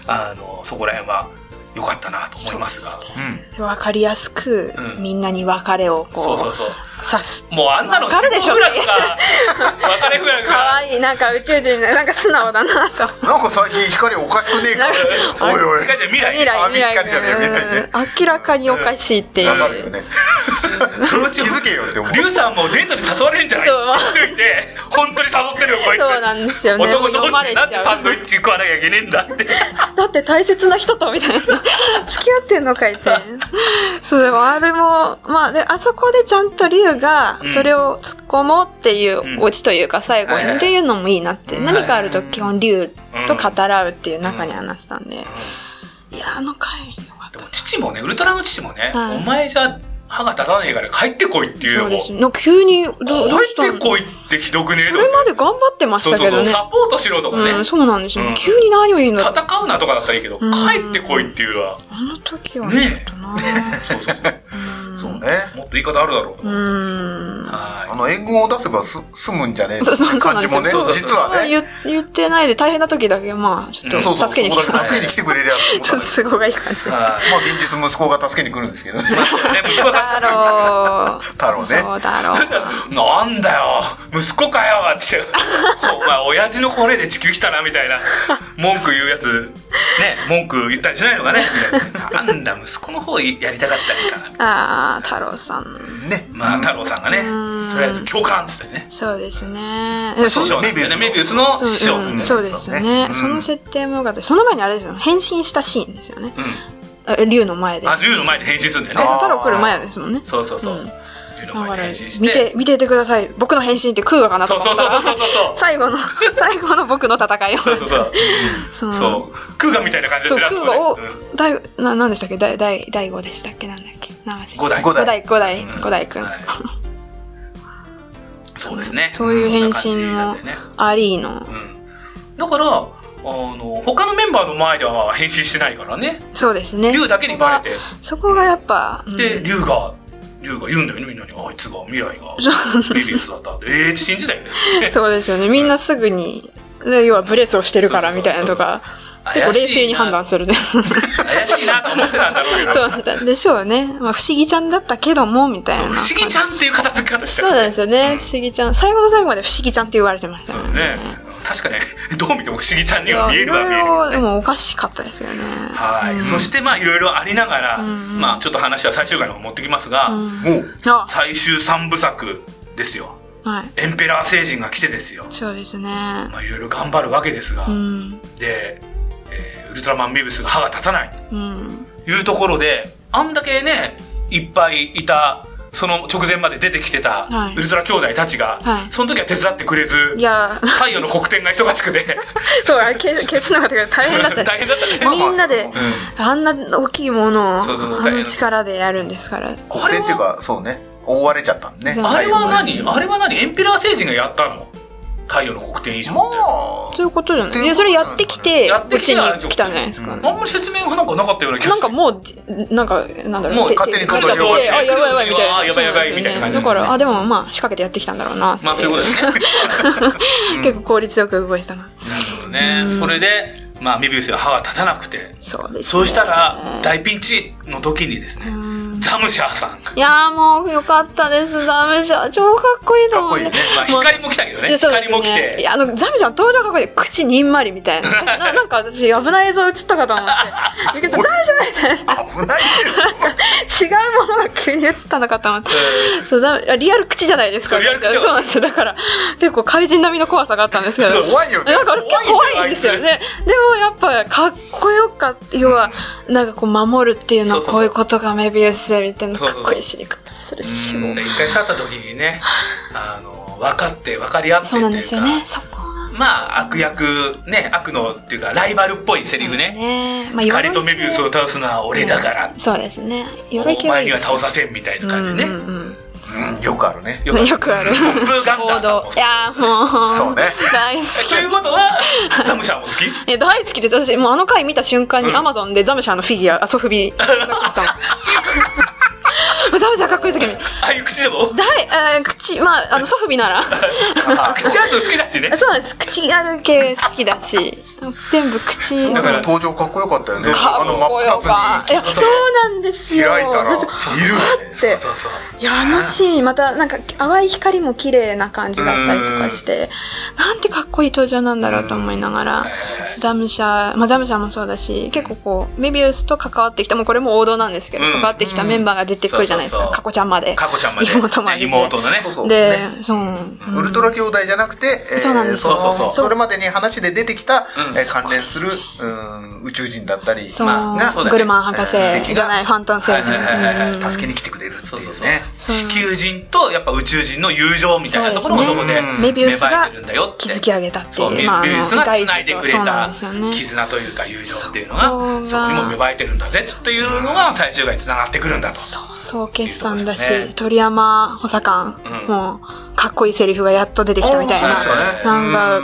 Speaker 1: あのそこら辺は良かったなと思いますが
Speaker 2: そうで
Speaker 3: うん
Speaker 2: 分かりやすく、
Speaker 1: うん
Speaker 2: みんなに別れをこう
Speaker 1: そうそうそう
Speaker 2: 刺す
Speaker 1: もうあんなの
Speaker 2: わかるでしょ
Speaker 1: フラグ が別れフラグ
Speaker 2: かわ
Speaker 1: が
Speaker 2: いいなんか宇宙人なんか素直だなと
Speaker 3: なんか最近光おかしくねえかおいおい
Speaker 1: 一回じゃ未来
Speaker 2: 未来
Speaker 3: あ
Speaker 2: 未来
Speaker 3: 見つかりじゃねえ見ないね
Speaker 2: うん明らかにおかしいっていう、
Speaker 3: わかるよね
Speaker 1: そのうち
Speaker 3: 気づけよって思う
Speaker 1: リュウさんもデートに誘われるんじゃないって
Speaker 2: そう
Speaker 1: 言っといて本当に誘ってるよこいつ
Speaker 2: そうなんですよね
Speaker 1: 男
Speaker 2: もう
Speaker 1: 同
Speaker 2: 読ま
Speaker 1: 士で
Speaker 2: れ
Speaker 1: なん
Speaker 2: ち
Speaker 1: でサ
Speaker 2: ゃ
Speaker 1: ンドイッチ食わなきゃいけねえんだ って
Speaker 2: うだって大切な人とみたいな 付き合ってんのかいってそうでもあれもまあであそこでちゃんと龍が
Speaker 1: うん
Speaker 2: それを突っ込もうってい
Speaker 1: うん
Speaker 2: うオチというか最後
Speaker 1: はい
Speaker 2: に
Speaker 1: はい
Speaker 2: っていうのもいいなって、
Speaker 3: うん
Speaker 2: 何かあると基本龍と
Speaker 1: うん
Speaker 2: 語らうっていう中に話したんで、いやあの回の
Speaker 1: でも父もねウルトラの父もね、
Speaker 2: はい
Speaker 1: お前じゃ歯が立たねえから帰ってこいっていう
Speaker 2: そう
Speaker 1: のも、
Speaker 2: ですね。なんか急にど、どうした
Speaker 1: 帰って
Speaker 2: のそ
Speaker 1: こいってひどくねえと
Speaker 2: れ
Speaker 1: か
Speaker 2: まで頑張ってまし
Speaker 1: そう
Speaker 2: た
Speaker 1: そう
Speaker 2: け
Speaker 1: そ
Speaker 2: ど
Speaker 1: う、
Speaker 2: ね。
Speaker 1: サポートしろとかね、
Speaker 2: うん、そうなんですよ、
Speaker 1: うん
Speaker 2: 急に何を言うんだろう。
Speaker 1: 戦うなとかだったらいいけど、
Speaker 2: うん
Speaker 1: 帰ってこいっていうのは、
Speaker 2: あの時は
Speaker 1: ねえ
Speaker 2: ちょっとな。
Speaker 1: そうそうそう
Speaker 2: うん
Speaker 3: そうね。。
Speaker 1: もっと言い方あるだろうと
Speaker 2: う
Speaker 1: か。
Speaker 2: ん。
Speaker 3: あ
Speaker 1: は
Speaker 3: の、援軍を出せばす済むんじゃねえ
Speaker 2: そうそう
Speaker 3: の感じもね
Speaker 1: そうなん、ですよ
Speaker 3: 実はね。
Speaker 2: 言言ってないで大変な時だけ、まあ、ちょっ
Speaker 1: う
Speaker 2: と
Speaker 1: ん
Speaker 3: そうそう、
Speaker 2: 助けに来て
Speaker 3: そ
Speaker 2: も
Speaker 3: こ
Speaker 2: ら
Speaker 3: だ
Speaker 2: う
Speaker 3: け助けに来てくれりゃと思 っ
Speaker 2: ち
Speaker 3: た
Speaker 2: ょっ
Speaker 3: んだ
Speaker 2: と
Speaker 3: け
Speaker 2: 都合がいい感 じ
Speaker 1: い。。は
Speaker 3: ど。まあ、現実息子が助けに来るんで すけどね。
Speaker 1: い。ね、息子が
Speaker 2: だろう。
Speaker 3: 太郎ね。
Speaker 2: そうだろう。
Speaker 1: なんだよ息子かよって。お前、親父の骨で地球来たな、みたいな。文句言うやつ、ね、文句言ったりしないのかね。みたいななんだ、息子の方やりたかったりか。
Speaker 2: ああ、太郎さん。
Speaker 3: ね。
Speaker 1: まあ、
Speaker 3: うん
Speaker 1: 太郎さんがね、
Speaker 2: うん
Speaker 1: とりあえず共感っつってね。
Speaker 2: そうですね。
Speaker 3: そう
Speaker 1: 師匠なんだよね。メ
Speaker 3: メ
Speaker 1: ビ
Speaker 3: ビ
Speaker 1: ウ
Speaker 3: ウ
Speaker 1: ス
Speaker 3: ス
Speaker 1: の
Speaker 3: の
Speaker 1: 師匠
Speaker 2: そう,、
Speaker 1: みたい
Speaker 2: うん、
Speaker 1: な。
Speaker 2: そうですよ
Speaker 3: そう
Speaker 2: ね、
Speaker 3: ねうん
Speaker 2: その設定も良かったその前にあれですよね変身したシーンですよね
Speaker 1: う
Speaker 2: あ竜の前で
Speaker 1: ん。あ、竜の前で変身するんだよ
Speaker 2: あ
Speaker 1: ね
Speaker 2: そ。う
Speaker 3: あー
Speaker 2: 太郎来る前ですもんね
Speaker 1: そうそうそう。
Speaker 2: うん
Speaker 1: 竜の
Speaker 2: だか
Speaker 1: 前で
Speaker 2: ら
Speaker 1: 変身して。
Speaker 2: 見て見ていてください僕の変身って空ガかなと
Speaker 1: そう
Speaker 2: 思
Speaker 1: そ
Speaker 2: っ
Speaker 1: うそうそ
Speaker 2: た
Speaker 1: う
Speaker 2: ら
Speaker 1: そうそう。
Speaker 2: 最後の 最後の僕の戦いを
Speaker 1: そうそうそう。
Speaker 2: そ
Speaker 1: そう。クーガみたいな感じだ
Speaker 2: そう
Speaker 1: った
Speaker 2: 空ガを
Speaker 1: あそこねうん
Speaker 2: だいな何でしたっけ第第第五でしたっけなんだっけ何でした
Speaker 1: 五代
Speaker 2: 五代五代
Speaker 1: うん
Speaker 2: 五代くん、
Speaker 1: はい そうですね。
Speaker 2: そういう変身
Speaker 1: そんな
Speaker 2: も
Speaker 1: 感じだったよね
Speaker 2: アリーの
Speaker 1: うん。だから、あの、他のメンバーの前では変身してないからね。
Speaker 2: そうですね
Speaker 1: 竜だけにバレて。
Speaker 2: そこがやっぱ、うん
Speaker 1: で、竜が、竜が言うんだよね、みんなに。あいつが、未来が、リビウスだったって。ええって信じたよね。
Speaker 2: そうですよね。みんなすぐに、で要はブレスをしてるから
Speaker 1: そう
Speaker 2: み
Speaker 1: そう
Speaker 2: た
Speaker 1: そう
Speaker 2: い
Speaker 1: そう
Speaker 2: なとか、
Speaker 1: 怪
Speaker 2: 結構
Speaker 1: しいな
Speaker 2: 冷静に判断。するね。
Speaker 1: 怪しいなと思ってたんだろうけど。
Speaker 2: そうなんだでしょうね。まあ、不思議ちゃんだったけども、みたい
Speaker 1: そう
Speaker 2: な。
Speaker 1: 不思議ち
Speaker 2: ん
Speaker 1: ゃんっていう片付け方して
Speaker 2: そうなんですよ
Speaker 1: う
Speaker 2: ね。
Speaker 1: ん
Speaker 2: 不思議ちゃん。最後の最後まで不思議ちゃんって言われてました
Speaker 1: そ
Speaker 2: よ
Speaker 1: うね。確かに、どう見ても不思議ちゃんには見えるわ、見える
Speaker 2: ろ
Speaker 1: わ
Speaker 2: いろ、で
Speaker 1: ね。
Speaker 2: もおかしかったですよね。
Speaker 1: はい、
Speaker 2: うん
Speaker 1: そしてまあいろいろありながら、
Speaker 2: うん
Speaker 1: まあちょっと話は最終回の方に持ってきますが、
Speaker 2: うん
Speaker 3: もう、
Speaker 2: あ、
Speaker 1: 最終三部作ですよ
Speaker 2: はい。
Speaker 1: エンペラー星人が来てですよ
Speaker 2: そうですね。
Speaker 1: まあいろいろ頑張るわけですが、
Speaker 2: うん。
Speaker 1: で、えーウルトラマンビブスが歯が立たない
Speaker 2: うん。
Speaker 1: というところであんだけねいっぱいいたその直前まで出てきてた
Speaker 2: はい
Speaker 1: ウルトラ兄弟たちが、
Speaker 2: はい
Speaker 1: その時は手伝ってくれず
Speaker 2: いや、
Speaker 1: 太陽の黒点が忙しくて
Speaker 2: そう、あれ 消消すのが 大変だった。
Speaker 1: 大変だったね
Speaker 3: まあまあ
Speaker 2: みんなで
Speaker 3: うん
Speaker 2: あんな大きいものを、あ
Speaker 1: そうそうそう大変
Speaker 2: の力でやるんですから。
Speaker 3: 黒点っていうか、そうね。覆われちゃったんね。
Speaker 2: そう
Speaker 1: あれは
Speaker 3: 太陽
Speaker 1: 何
Speaker 3: がね
Speaker 1: あれは何エンペラー星人がやったの太陽の黒点以上って
Speaker 3: まあ
Speaker 2: そういうことじゃないい
Speaker 3: っていう
Speaker 2: や、
Speaker 3: こ
Speaker 2: そ
Speaker 3: とな
Speaker 2: れ
Speaker 3: ん
Speaker 2: やってきて、
Speaker 1: やっ
Speaker 2: こ
Speaker 1: て
Speaker 2: っ
Speaker 1: き
Speaker 2: ち
Speaker 1: て
Speaker 2: に
Speaker 1: は
Speaker 2: 来たんじゃないですか
Speaker 3: う
Speaker 2: ね。
Speaker 1: あんまり説明がなんかなかったような気が
Speaker 2: なん
Speaker 1: する
Speaker 2: かもう、なんか、なんだろう。
Speaker 1: もう
Speaker 2: て
Speaker 3: 勝手に
Speaker 2: 来ちゃって、
Speaker 1: 来る
Speaker 2: あ、やばいやばいみたいな。
Speaker 1: あやばいやばい
Speaker 2: そうなんですよね
Speaker 1: みたいな感じ
Speaker 2: だから、あ、でもまあ、仕掛けてやってきたんだろうなって。
Speaker 1: まあそういうことですね。
Speaker 3: うん
Speaker 2: 結構効率よく動いてたな。
Speaker 1: なるほどね。それで、まあ、メビウスが歯が立たなくて、
Speaker 2: そうですね。
Speaker 1: そうしたら、大ピンチの時にですね
Speaker 2: う、ん
Speaker 1: ザムシャーさん、
Speaker 2: いやーもう、よかったです、ザムシャン。超かっこいいと
Speaker 3: かっ
Speaker 2: 思
Speaker 3: こ
Speaker 2: う
Speaker 3: いい
Speaker 2: ね
Speaker 3: ね。。
Speaker 1: まあ、光も来たけどね、
Speaker 2: でそうです
Speaker 1: 光
Speaker 2: ね
Speaker 1: も来
Speaker 2: い
Speaker 1: て、
Speaker 2: や、あの、ザムシャン登場かっこいい。口にんまりみた いな。ななんか私、危ない映像映ったかと思って。だけどザムシャンみたいな。
Speaker 3: 危ないよ。
Speaker 2: 違うものが急に映ったのかと思って。
Speaker 1: えー
Speaker 2: そうだリアル口じゃないです
Speaker 1: そ
Speaker 2: か。
Speaker 1: うリアル口だ
Speaker 2: そうなんですよ。だから、結構怪人並みの怖さがあったんですけど。なんか
Speaker 3: 怖いよね。
Speaker 2: 結構怖いんですよね。でもやっぱかっこよかった。要は、なんかこう守るっていう
Speaker 1: そ
Speaker 2: の
Speaker 1: うそ
Speaker 2: は
Speaker 1: うそ
Speaker 2: こ
Speaker 1: う
Speaker 2: ういうことがメビウスやりっていうの
Speaker 1: そ
Speaker 2: か
Speaker 1: う
Speaker 2: っ
Speaker 1: そうそう
Speaker 2: こいいしり方するし。
Speaker 3: うん
Speaker 2: もう
Speaker 1: で一回去った時にね、あの、分かって、分かり合ってって
Speaker 2: そう
Speaker 1: い
Speaker 2: なんです
Speaker 1: う
Speaker 2: よ
Speaker 1: か
Speaker 2: ね。、そこは。
Speaker 1: まあ、悪役、ね、悪のっていうか、ライバルっぽいセリフね。
Speaker 2: ね。まあ、
Speaker 1: 光とメビウスを倒すのは俺だから、
Speaker 2: そうですね。鎧
Speaker 1: お
Speaker 2: 系はい
Speaker 1: 前
Speaker 2: い
Speaker 1: に
Speaker 2: で
Speaker 1: は
Speaker 2: すよ
Speaker 1: 倒させんみたいな感じで
Speaker 2: うん
Speaker 1: ね。
Speaker 2: うん
Speaker 3: うんよくあるね。
Speaker 2: うんよくある
Speaker 1: トップガン
Speaker 2: 王
Speaker 1: ダーさんも
Speaker 2: 道。いやーもう。
Speaker 3: そうね。
Speaker 2: 大好
Speaker 1: え
Speaker 2: き
Speaker 1: と。いうことは、ザムシャンも好き
Speaker 2: え大好きです私もうあの回見た瞬間にアマゾンでザムシャーのフ ィギュアあソフビ探しましたもんザムシャーかっこいいですけど
Speaker 1: ああいう口でも
Speaker 2: 大、えー口まああのソフビ なら
Speaker 3: あ
Speaker 1: 口あるの好きだしね。
Speaker 2: そうなんです口ある系好きだし全部口
Speaker 3: で
Speaker 1: だ
Speaker 3: も
Speaker 1: から
Speaker 3: 登場かっこよかったよね。
Speaker 1: か
Speaker 3: あの真っ
Speaker 2: かい
Speaker 3: 二
Speaker 2: やそうなんです
Speaker 3: つに
Speaker 2: よ
Speaker 3: 開いたら、い
Speaker 2: 私
Speaker 3: る。
Speaker 2: って
Speaker 1: そうそうそう。
Speaker 2: いやあのシーンまたなんか淡い光も綺麗な感じだったりとかしてなんてかっこいい登場なんだろうと思いながらザムシャー、まあ、ザムシャーもそうだし結構こうメビウスと関わってきたもうこれも王道なんですけど、
Speaker 1: うん
Speaker 2: 関わってきたメンバーが出てくるじゃないです
Speaker 1: うんそうそ
Speaker 2: か
Speaker 1: うそう
Speaker 2: カコちゃんまで。
Speaker 1: カコちゃんまで。
Speaker 2: 妹まで
Speaker 1: 妹のね。
Speaker 3: そうそう。
Speaker 2: で、
Speaker 3: ね
Speaker 2: そう、
Speaker 3: ウルトラ兄弟じゃなくて、えー
Speaker 2: そうなんです
Speaker 1: よ
Speaker 3: その
Speaker 1: そうそう
Speaker 2: そう
Speaker 3: それまでに話で出てきた
Speaker 1: うん
Speaker 3: えー関連するうん宇宙人だったり、
Speaker 2: そう、
Speaker 1: まあねそうだね
Speaker 2: グルマン博
Speaker 3: えー敵
Speaker 2: 士
Speaker 3: が
Speaker 2: じゃないファントン星
Speaker 1: はいはいはいはい
Speaker 2: 人、うん
Speaker 3: 助けに来てくれるって
Speaker 1: そう
Speaker 3: い
Speaker 1: そう
Speaker 3: う
Speaker 1: そう
Speaker 3: ね。
Speaker 2: そう
Speaker 1: 地球人とやっぱ宇宙人の友情みたいなところもそ
Speaker 2: そう
Speaker 1: こ
Speaker 3: です
Speaker 1: で
Speaker 3: ね
Speaker 1: 芽
Speaker 3: うん
Speaker 2: メビウス
Speaker 1: 生え
Speaker 2: が
Speaker 1: てるんだよって
Speaker 2: 築き上げたって
Speaker 1: そう
Speaker 2: い
Speaker 1: メ
Speaker 2: う、
Speaker 1: ビウスが
Speaker 2: 第
Speaker 1: つ
Speaker 2: 一
Speaker 1: ないでくれ
Speaker 2: そうなん
Speaker 1: た
Speaker 2: ですよね。
Speaker 1: 絆というか友情っていうの
Speaker 2: そこ
Speaker 1: が
Speaker 2: が
Speaker 1: そこにも芽生えてるんだぜというのが最終回につながってくるんだと。
Speaker 2: そう、総決算だ
Speaker 1: いいとこです
Speaker 2: し、
Speaker 1: ね
Speaker 2: 鳥山補佐官
Speaker 1: うん
Speaker 2: もう、かっこいいセリフがやっと出てきたみたいな。
Speaker 1: そうですよね
Speaker 2: なんか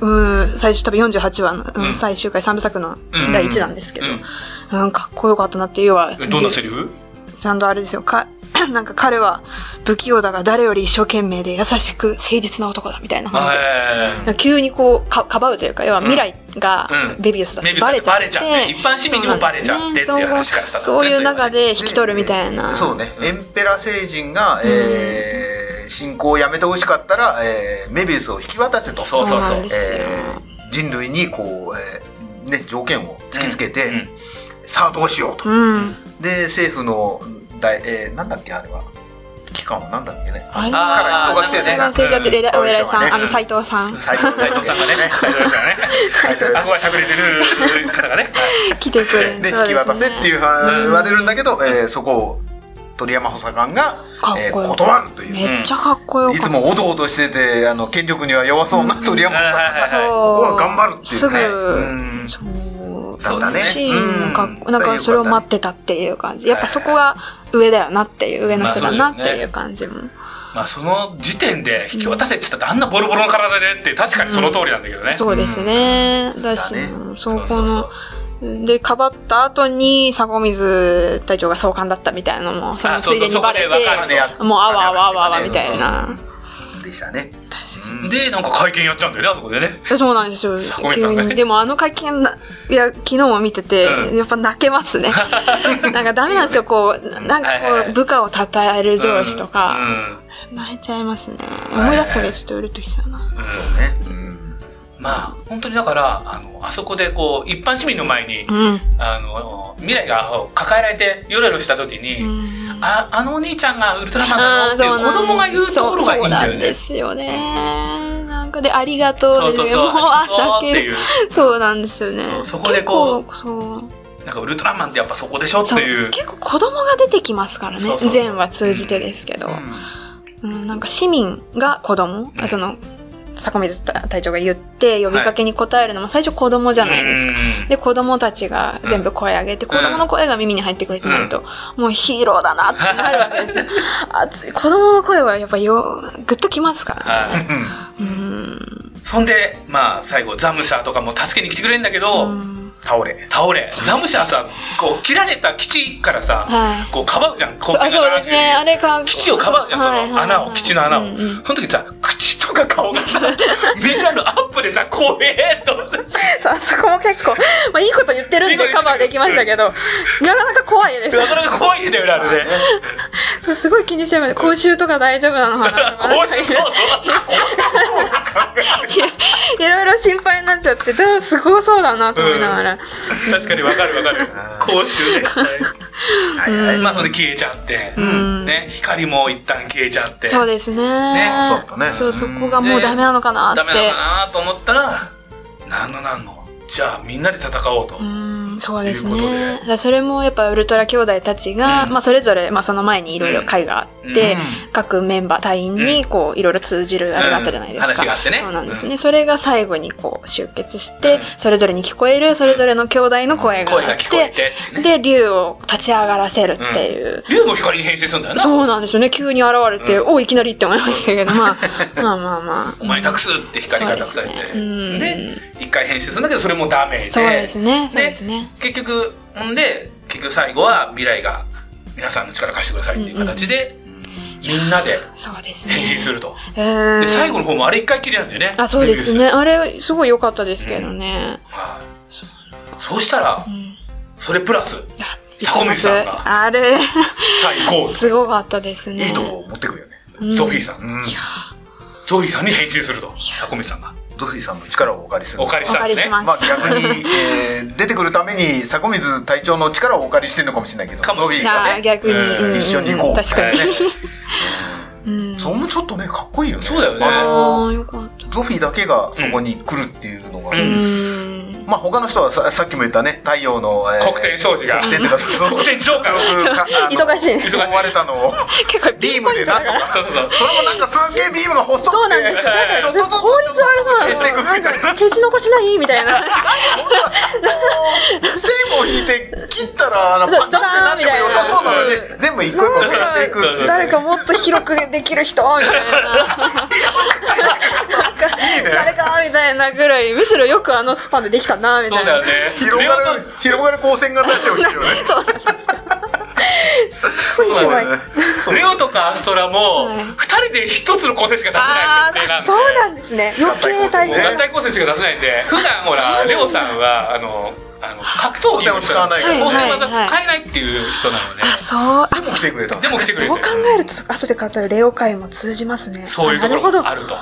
Speaker 3: うん
Speaker 2: うん、最終、多分48話の、うん
Speaker 1: うん
Speaker 2: 最終回3部作の
Speaker 1: うん
Speaker 2: 第1弾ですけど、
Speaker 1: うん
Speaker 2: うん、かっこよかったなっていうは、
Speaker 1: えどんなセリフ
Speaker 2: ちゃんとあれですよ、か、 なんか彼は不器用だが誰より一生懸命で優しく誠実な男だみたいな話。
Speaker 1: え
Speaker 2: 急にこうか、かばうというか、要は未来が
Speaker 1: うん
Speaker 2: ベビウスだっ
Speaker 1: メ
Speaker 2: て
Speaker 1: ビウスだ
Speaker 2: バ
Speaker 1: って
Speaker 2: レちゃって、
Speaker 1: バレちゃって一般市民にもバレちゃってっていう話からスタートだ
Speaker 2: そ
Speaker 1: よ
Speaker 2: う
Speaker 1: ね
Speaker 2: いう中で引き取るみたいな。
Speaker 3: そうね、エンペラ星人が、えー信仰をやめてほしかったら、えーメビウスを引き渡せと
Speaker 1: そうそうそう
Speaker 2: なんですよ
Speaker 3: えー人類にこう、えーね、条件を突きつけて、
Speaker 1: うんうん
Speaker 3: さあどうしようと、
Speaker 2: うん。
Speaker 3: で政府のだい、えーなんだっけあれは機関はなんだっけね
Speaker 2: あれ
Speaker 3: から人が来てる
Speaker 1: あーなるほ
Speaker 2: 忘れちゃってる、えら
Speaker 3: うん
Speaker 2: お偉いさ
Speaker 3: そうですよね
Speaker 2: ん、あの、斎藤さん、
Speaker 3: 斎
Speaker 1: 斎藤さんがね、斎藤さんがね、あごがしゃくれてる方がね、
Speaker 2: 来てくれる。
Speaker 3: で
Speaker 2: そう
Speaker 3: 引き
Speaker 2: すね
Speaker 3: 渡せっていうは
Speaker 1: うん
Speaker 3: 言われるんだけど、えーそこを鳥山補佐官が
Speaker 2: かっこ、
Speaker 3: え
Speaker 2: よ
Speaker 3: ー
Speaker 2: かった
Speaker 3: 断るという
Speaker 2: めっちゃかっこよかっ
Speaker 3: い
Speaker 2: た。
Speaker 3: つもおどおどしててあの権力には弱そうな鳥山補佐官が
Speaker 1: はい
Speaker 3: ここは頑張るっていうねうん
Speaker 2: すぐ、そう、
Speaker 3: そうだね
Speaker 2: シーンもかっこ、
Speaker 3: うん
Speaker 2: なんかそれを待ってたっていう感じ。やっぱそこが上だよなっていう、上の人だなっていう感じも。
Speaker 1: まあその時点で引き渡せって言ったってあんなボロボロの体でって確かにその通りなんだけどね。
Speaker 2: そうですね。だし、
Speaker 3: だね
Speaker 2: そこ
Speaker 1: そうそう
Speaker 2: の、で、かばった後に、迫水隊長が総監だったみたいなのも、その
Speaker 1: あ
Speaker 2: ついでにバレ
Speaker 1: そうそうそこでわか
Speaker 2: て、
Speaker 1: る
Speaker 2: もうあわあわあわあわみたいな。
Speaker 3: でしたね。
Speaker 1: そうで、なんか会見やっちゃうんだよね、あそこでね。
Speaker 2: そうなんですよ。
Speaker 1: 迫水さんがね
Speaker 2: 急にでもあの会見な、いや、昨日も見てて、
Speaker 1: うん
Speaker 2: やっぱ泣けます ね。なんかダメなんですよ、こう、なんか
Speaker 1: はいはいは
Speaker 2: こ、
Speaker 1: いう
Speaker 2: 部下を称える上司と
Speaker 1: うん
Speaker 2: か、
Speaker 1: うん
Speaker 2: 泣いちゃいますね。
Speaker 1: いはい
Speaker 2: 思い出すだけでちょっとうるっときちゃうな。
Speaker 1: うん
Speaker 3: ね。うん。
Speaker 1: まあ本当にだから、あの、あそこでこう、一般市民の前に
Speaker 2: う、ん。
Speaker 1: あの、未来が抱えられてヨロヨロした時に、
Speaker 2: うん
Speaker 1: あ、あのお兄ちゃんがウルトラマン
Speaker 2: あ
Speaker 1: だ
Speaker 2: ー
Speaker 1: よ
Speaker 2: そう
Speaker 1: っていう子供が言うところがいいんだ
Speaker 2: そうそうな
Speaker 1: よね
Speaker 2: んで。すよね。なんかで、ありがとうで
Speaker 1: そうそうそう。
Speaker 2: もう、あ、
Speaker 1: って
Speaker 2: 泣け
Speaker 1: い
Speaker 2: る。
Speaker 1: う。
Speaker 2: そうなんですよね
Speaker 1: そ。うそこでこう
Speaker 2: 結構そう。
Speaker 1: なんかウルトラマンってやっぱそこでしょって
Speaker 2: そう
Speaker 1: いう。
Speaker 2: 結構子供が出てきますからね
Speaker 1: そうそう。そう
Speaker 2: 全話通じてですけど。
Speaker 3: う
Speaker 2: うん、なんか市民が子供、
Speaker 1: うん
Speaker 2: その、坂水隊長が言って呼びかけに応えるのも最初子供じゃないですか。
Speaker 1: うん
Speaker 2: で、子供たちが全部声上げて、子供の声が耳に入ってくるってなると、もうヒーローだなってなるわけです よ。熱い。子供の声はやっぱよ、ぐっときますからね。
Speaker 1: はい
Speaker 3: ん。
Speaker 2: うん。
Speaker 1: そんで、まあ、最後、ザムシャーとかも助けに来てくれるんだけど、
Speaker 2: うん
Speaker 3: 倒れ。
Speaker 1: 倒れ。ザムシャーさ、こう、切られた基地からさ、
Speaker 2: はい
Speaker 1: こう、かばうじゃん、こ
Speaker 2: そうあそうですね。あれか。
Speaker 1: 基地をかばうじゃん、そ
Speaker 2: はいはい
Speaker 1: の
Speaker 2: はい
Speaker 1: 穴を、基地の穴を。
Speaker 2: うんうん
Speaker 1: その時さ、口とか顔が さ、みんなのアップでさ、怖えと思って。
Speaker 2: そうあそこも結構、まあいいこと言ってるんでカバーできましたけど、なかなか怖いです
Speaker 1: なかなか怖いんだよね、あれね。
Speaker 2: そうすごい気にしてました。口臭とか大丈夫なのかなとか
Speaker 1: こうして、そうそう。
Speaker 2: いろいろ心配になっちゃって、でもすごそうだなと思いながら。
Speaker 1: 確かにわかるわかる。公衆で。
Speaker 3: はいはい。
Speaker 1: まあ、それで消えちゃって。
Speaker 2: ん
Speaker 1: ね、光も一旦消えちゃって。
Speaker 2: そうですね。
Speaker 1: ね
Speaker 3: そうだね
Speaker 2: そうそこがもうダメなのかな
Speaker 1: ダ
Speaker 2: っ
Speaker 1: メなの
Speaker 2: て
Speaker 1: か。なと思ったら、なんのなんの。じゃあ、みんなで戦おうと。
Speaker 2: うんそうです
Speaker 1: ということで
Speaker 2: ね。だからそれもやっぱウルトラ兄弟たちが、
Speaker 1: うん
Speaker 2: まあそれぞれ、まあその前にいろいろ会があって、各メンバー、隊員にこういろいろ通じるあれがあったじゃないですか。
Speaker 1: うん話があってね
Speaker 2: そうなんですね。それが最後にこう集結して、それぞれに聞こえる、それぞれの兄弟の声が
Speaker 1: 声
Speaker 2: あ
Speaker 1: が
Speaker 2: っ
Speaker 1: 聞こえ
Speaker 2: て、
Speaker 1: てってね。
Speaker 2: で、竜を立ち上がらせるっていう。
Speaker 1: 竜も光に変身するんだよな。
Speaker 2: そうなんですよね。急に現れて、おいきなりって思いましたけ ど、まあ、まあまあまあ。
Speaker 1: お前に託すって光が託されて。
Speaker 2: そうですねうん
Speaker 1: で、一回変身するんだけど、それもダメで。
Speaker 2: そうですね。そうですね。
Speaker 1: 結局、ほんで、結局最後は未来が皆さんの力貸してくださいっていう形で、みんなで
Speaker 2: そうですね。
Speaker 1: 変身すると。
Speaker 2: えー
Speaker 1: で、最後の方もあれ一回きりなんだよね。
Speaker 2: あ、そうです
Speaker 1: メビウ
Speaker 2: ね。あれ、すごい良かったですけどね。
Speaker 1: ス。はいそうしたら、それプラス、
Speaker 2: いけます
Speaker 1: 迫水さんが
Speaker 2: あれ、
Speaker 1: 最高
Speaker 2: すごかったですね。
Speaker 3: いいとこ持ってくるよね。
Speaker 1: ゾフィーさ。
Speaker 3: うんん。
Speaker 1: ゾフィーさんに変身すると。迫水さんが。
Speaker 3: ゾフィーさんの力をお借りする。
Speaker 1: お借りし
Speaker 2: お
Speaker 1: たん
Speaker 2: 借
Speaker 1: です
Speaker 2: りし
Speaker 1: ね。
Speaker 2: ま
Speaker 3: まあ
Speaker 2: す。
Speaker 3: 逆に、えー出てくるために迫水隊長の力をお借りしてるのかもしれないけど、
Speaker 1: かもしれ
Speaker 3: ゾフィーが
Speaker 1: な
Speaker 2: な
Speaker 1: ね
Speaker 2: あ逆に、
Speaker 1: うん
Speaker 2: うん
Speaker 3: 一緒に行こう
Speaker 2: 確かに。
Speaker 1: はい
Speaker 2: うん
Speaker 3: それもちょっとね、かっこいいよね。
Speaker 1: そうだよね
Speaker 3: あ
Speaker 2: あ
Speaker 3: の
Speaker 2: あ、よかった。
Speaker 3: ゾフィーだけがそこに来るっていうのが、
Speaker 1: うん
Speaker 2: うん。
Speaker 3: まあ他の人はささっきも言ったね太陽の、えー
Speaker 1: 黒点障子が
Speaker 3: 黒点っていうかそうそう
Speaker 1: 黒点ジョーカー
Speaker 3: かあの
Speaker 2: 忙しいね
Speaker 3: 覆われたのを
Speaker 2: 結構
Speaker 3: ビ
Speaker 2: ピ
Speaker 3: ー
Speaker 2: ン
Speaker 3: ム
Speaker 2: ポイ
Speaker 3: で
Speaker 2: ント
Speaker 3: な
Speaker 2: だか
Speaker 3: んと
Speaker 2: ら。
Speaker 3: か
Speaker 1: そうそうそう
Speaker 3: それもなんかすげえビームが細くて
Speaker 2: そうなんですよ。だから
Speaker 3: ちょっとずつ
Speaker 2: 効率悪そうな
Speaker 3: ちょっとずつ消していくみた
Speaker 2: の。
Speaker 3: いな
Speaker 2: なんか、消し残しないみたいな。
Speaker 3: 線を引いて切ったらあの
Speaker 2: そう
Speaker 3: パカってなっても良さそうなのに
Speaker 2: ドカーンみたいな
Speaker 3: 全部一個一個消していくっていう
Speaker 2: 誰かもっと広くできる人みたいな。
Speaker 3: いいね
Speaker 2: 誰かみたいなぐらい、むしろよくあのスパンでできたな、みた
Speaker 1: そう
Speaker 2: い
Speaker 1: だよ
Speaker 2: な。
Speaker 1: ね。
Speaker 3: 広
Speaker 1: レオ
Speaker 3: が
Speaker 1: タ
Speaker 3: る広がる光線が出してほしいよね
Speaker 2: そうなんですよ。すっごい
Speaker 1: そう
Speaker 2: 狭い。
Speaker 3: そう
Speaker 1: レオとかアストラも
Speaker 2: はい、
Speaker 1: 二人で一つの構成しか出せな
Speaker 2: あ
Speaker 1: い設定なん
Speaker 2: あ、
Speaker 1: で。
Speaker 2: そうなんですね。余計大
Speaker 3: ね
Speaker 1: 合
Speaker 2: 変。
Speaker 1: 体構成しか出せないんで、普段ほら、レオさんは、あの、あの格闘技の人
Speaker 3: 光線を使わないから
Speaker 1: 光線技使えないっていう人なのね。
Speaker 2: あ、そう。あ、
Speaker 3: でも来てくれた
Speaker 1: でも来てくれ
Speaker 2: そう
Speaker 1: て
Speaker 2: 考。えると、そっか後で買ったらレオ会も通じますね。
Speaker 1: そういうとこ
Speaker 2: なるほ
Speaker 1: ろ
Speaker 2: ど
Speaker 1: があると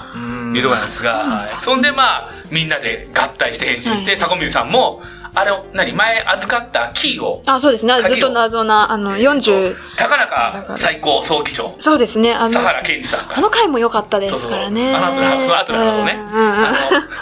Speaker 1: いうところなんですが、はいそんでまあ、みんなで合体して変身して、
Speaker 2: はい
Speaker 1: 坂水さんも、あれを、何、前預かったキーを、
Speaker 2: あ、そうですね。
Speaker 1: 鍵を
Speaker 2: ずっと謎な、あの、40、
Speaker 1: 高中最高総議長、
Speaker 2: そうですね。あの
Speaker 1: 佐、原健二さんから
Speaker 2: あの、回も良かったで
Speaker 1: そう
Speaker 2: す
Speaker 1: そう
Speaker 2: か
Speaker 1: そう、
Speaker 2: らね。
Speaker 1: あの後の、その後ののね、
Speaker 2: うんうんうん
Speaker 1: あの、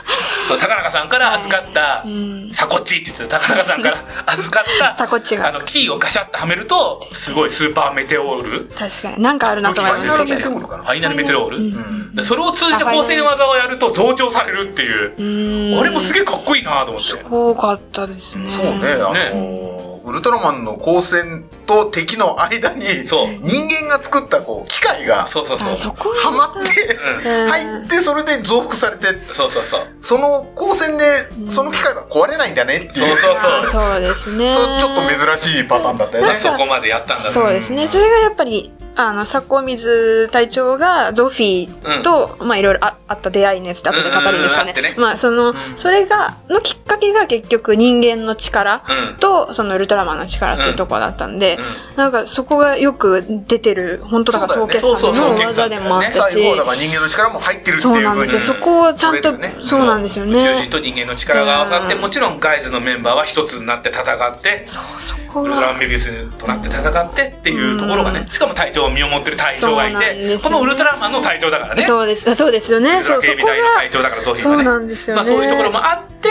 Speaker 1: そう高中さんから預かった
Speaker 2: いうん、
Speaker 1: サコッチって言ってた高中さんから預かった、
Speaker 2: サコッチが
Speaker 1: あの、キーをガシャッとはめると、すごいスーパーメテオール、
Speaker 2: 確かに。なんかあるなと
Speaker 3: フ
Speaker 2: 思い
Speaker 3: ァイ
Speaker 2: ま
Speaker 3: ナ
Speaker 2: した
Speaker 3: ルメ
Speaker 2: け
Speaker 3: テオ
Speaker 2: ど。
Speaker 3: ールかな
Speaker 1: ファイナルメテオール。
Speaker 2: うん
Speaker 3: うん
Speaker 1: でそれを通じて構成の技をやると増長されるっていう。
Speaker 2: うん。
Speaker 1: 俺もすげえかっこいいなと思って。
Speaker 2: 多かったですね。
Speaker 3: そうね、あのーウルトラマンの光線と敵の間に
Speaker 1: そう
Speaker 3: 人間が作ったこう機械が
Speaker 1: そうそうそ
Speaker 2: あ
Speaker 1: う。
Speaker 2: そこ
Speaker 3: はまって
Speaker 1: うん。
Speaker 2: うん
Speaker 3: 入ってそれで増幅されて
Speaker 1: そうそうそう。
Speaker 3: その光線でその機械が壊れないんだねって
Speaker 1: そう
Speaker 3: いう
Speaker 1: そうそ
Speaker 2: あ
Speaker 1: う。
Speaker 2: そうですね。
Speaker 3: そうちょっと珍しいパターンだったよ
Speaker 1: ま
Speaker 3: ね
Speaker 1: あそこまでやったんだね
Speaker 2: そうですね。それがやっぱり、あの、佐古水隊長がゾフィーと、まあいろいろああった出会いのやつって後で語るんですかね。
Speaker 1: うんうんうんあってね
Speaker 2: まあその、それが、のきっかけが結局人間の力
Speaker 1: うん
Speaker 2: と、そのウルトラマンの力っていうところだったんで、
Speaker 1: うんうん
Speaker 2: なんかそこがよく出てる、本当だから
Speaker 3: そ
Speaker 2: 総
Speaker 3: うだよ
Speaker 2: 決
Speaker 3: ね
Speaker 1: そうそう
Speaker 2: 算
Speaker 1: 総
Speaker 2: の
Speaker 1: 決算だ
Speaker 2: 技で
Speaker 1: よね
Speaker 2: もあったし、
Speaker 3: 最後だから人間の力も入ってるって
Speaker 2: そう
Speaker 3: いう
Speaker 2: なん
Speaker 3: ふう
Speaker 2: で
Speaker 3: に
Speaker 2: すよ。そこをちゃんと、
Speaker 3: 取れるよね
Speaker 2: そうなんですよ
Speaker 1: 宇宙人
Speaker 2: ね。
Speaker 1: と人間の力が合わさって、もちろんガイズのメンバーは一つになって戦って、
Speaker 2: そう、そこ
Speaker 1: ウルトラ
Speaker 2: が。
Speaker 1: マンメビウスとなって戦ってっていうところがね、しかも隊長を身をもってる隊長がい
Speaker 2: そうなんです
Speaker 1: て、
Speaker 2: よ
Speaker 1: このウルトラマンの隊長だからね。
Speaker 2: そうです、そうですよね。
Speaker 1: ウルト
Speaker 2: そう、
Speaker 1: ラ
Speaker 2: そ
Speaker 1: 警
Speaker 2: こ
Speaker 1: 備隊の隊
Speaker 2: が。
Speaker 1: 長だから、ゾフィーがね。
Speaker 2: そうなんですよ
Speaker 1: ま
Speaker 2: ね。
Speaker 1: あそういうところもあって、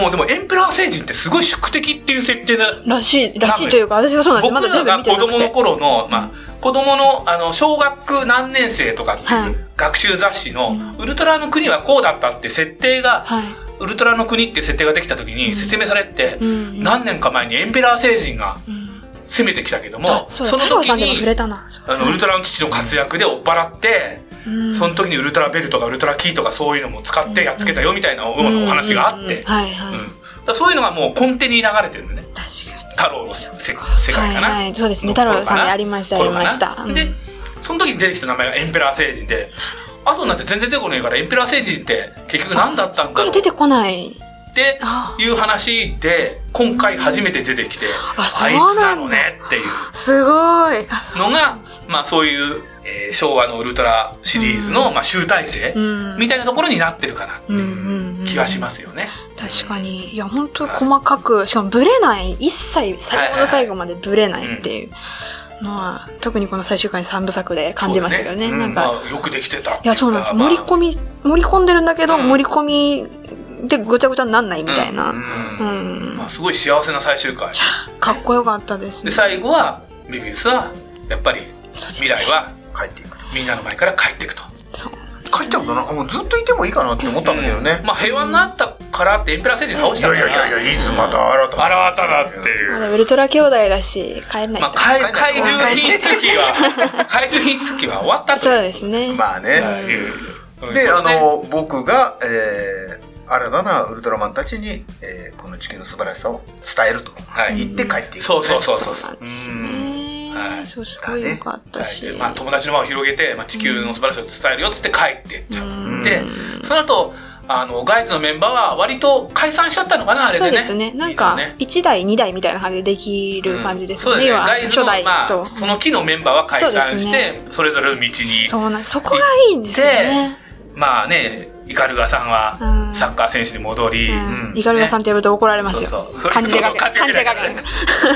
Speaker 1: もうでもエンペラー星人ってすごい宿敵っていう設定だ
Speaker 2: らしい、らしいというか、私がそうなんです。ま
Speaker 1: 僕
Speaker 2: だ
Speaker 1: ら
Speaker 2: 全部
Speaker 1: が
Speaker 2: 見
Speaker 1: 子
Speaker 2: てな
Speaker 1: 供の
Speaker 2: くて。
Speaker 1: 頃の、まあ、子供の、あの、小学何年生とかって
Speaker 2: はい
Speaker 1: いう学習雑誌の、ウルトラの国はこうだったって設定が、
Speaker 2: はい。
Speaker 1: ウルトラの国って設定ができた時に説明されて、
Speaker 2: うん
Speaker 1: 何年か前にエンペラー星人が
Speaker 2: うん
Speaker 1: 攻めてきたけど
Speaker 2: あ
Speaker 1: も、
Speaker 2: そ
Speaker 1: そう
Speaker 2: だ、
Speaker 1: の
Speaker 2: 太郎
Speaker 1: 時
Speaker 2: さんでも触れ
Speaker 1: に、
Speaker 2: たな。そう
Speaker 1: あの、ウルトラの父の活躍で追っ払って、
Speaker 2: うん
Speaker 1: その時にウルトラベルとかウルトラキーとかそういうのも使ってやっつけたよみたいなようなお話があっ
Speaker 2: うんうん
Speaker 1: て、
Speaker 2: はいはい。
Speaker 1: うんだからそういうのがもう根底に流れてるんでね。
Speaker 2: 確かに。
Speaker 1: 太郎の世世界かな、
Speaker 2: はいはいそうですね太郎さんでやりました
Speaker 1: 頃かな
Speaker 2: やりました
Speaker 1: 頃か
Speaker 2: う
Speaker 1: なんでその時に出てきた名前がエンペラー星人で後になって全然出てこないからエンペラー星人って結局何だったん
Speaker 2: こ
Speaker 1: だろ
Speaker 2: れ
Speaker 1: う
Speaker 2: 出てこない。
Speaker 1: っていう話で今回初めて出てきてあいつ
Speaker 2: そ
Speaker 1: な
Speaker 2: うなんだ
Speaker 1: のねっていう
Speaker 2: すごい。あ、そう
Speaker 1: のが、まあ、そういう、えー昭和のウルトラシリーズの、まあ、集大成
Speaker 2: うん
Speaker 1: みたいなところになってるかなって
Speaker 2: うん
Speaker 1: いう
Speaker 2: うんうん
Speaker 1: 気はしますよね。
Speaker 2: 確かにいや本当細かくしかもブレない一切最後の最後までブレないっていうのは特にこの最終回の3部作で感じましたけどね
Speaker 3: そうだね
Speaker 2: な
Speaker 3: うん
Speaker 2: んか、
Speaker 1: まあ、よくできてたってい
Speaker 2: いやそうなんです
Speaker 1: か
Speaker 2: 盛り
Speaker 1: ま
Speaker 2: 込み盛り込んでるんだけど、
Speaker 1: うん
Speaker 2: 盛り込みでごちゃごちゃになんないみたいな、
Speaker 3: う
Speaker 2: うん
Speaker 3: ん
Speaker 1: あまあ、すごい幸せな最終回。
Speaker 2: かっこよかったです
Speaker 1: で
Speaker 2: ね
Speaker 1: 最後はメビウスはやっぱり
Speaker 2: そうです
Speaker 1: 未来は
Speaker 3: 帰っていくと
Speaker 1: みんなの前から帰っていくと、
Speaker 2: そう
Speaker 3: 帰っちゃうとなんかもうずっといてもいいかなって思ったんだけどね、
Speaker 1: まあ平和になったからってエンペラー星人倒し
Speaker 3: い
Speaker 1: た
Speaker 3: や
Speaker 1: か
Speaker 3: い
Speaker 1: ら
Speaker 3: やいやいやいつまた新たな
Speaker 1: 新たなってい
Speaker 2: ま
Speaker 1: う、
Speaker 2: だウルトラ兄弟だし帰んない
Speaker 1: まあ、
Speaker 2: と、
Speaker 1: 怪怪獣品質期 は怪獣品質期は終わったと
Speaker 2: そう
Speaker 1: いう
Speaker 2: ですね、
Speaker 3: まあね、
Speaker 1: いう
Speaker 3: で、あ
Speaker 1: こと
Speaker 3: の、僕が、えー、新たなウルトラマンたちに、えー、この地球の素晴らしさを伝えると
Speaker 1: はい
Speaker 3: 言って帰っていく、
Speaker 1: そうそうそうそう
Speaker 2: そ
Speaker 1: そう
Speaker 2: な
Speaker 1: うん
Speaker 2: ですよ
Speaker 1: うんはい
Speaker 2: ねそうすごいよかったし、
Speaker 1: はいまあ、友達の輪を広げて、まあ、地球の素晴らしさを伝えるよっつって帰ってっちゃう、
Speaker 2: うん
Speaker 1: でその後あのガイズのメンバーは割と解散しちゃったのかなあれ
Speaker 2: そ
Speaker 1: でね
Speaker 2: うですね。なん
Speaker 1: い
Speaker 2: か
Speaker 1: いのね、
Speaker 2: 1台、2台みたいな感じでできる感じですよね。
Speaker 1: うん
Speaker 2: 要
Speaker 1: そう
Speaker 2: は
Speaker 1: ガイズ
Speaker 2: 初
Speaker 1: の、
Speaker 2: 代
Speaker 1: ま
Speaker 2: と。
Speaker 1: あ、その木のメンバーは解
Speaker 2: そう
Speaker 1: 散
Speaker 2: です
Speaker 1: して
Speaker 2: ね
Speaker 1: そ,、れぞれの道に
Speaker 2: そうなんそこがいいんですよね。
Speaker 1: まあねイカルガさん
Speaker 2: う
Speaker 1: は
Speaker 2: ん
Speaker 1: サッカー選手に戻り、
Speaker 2: うん
Speaker 3: うん
Speaker 2: イカルガさんって呼ぶと怒られますよ。
Speaker 1: そう そう
Speaker 2: 漢字が
Speaker 1: そうそう
Speaker 2: 漢字が
Speaker 1: 漢字が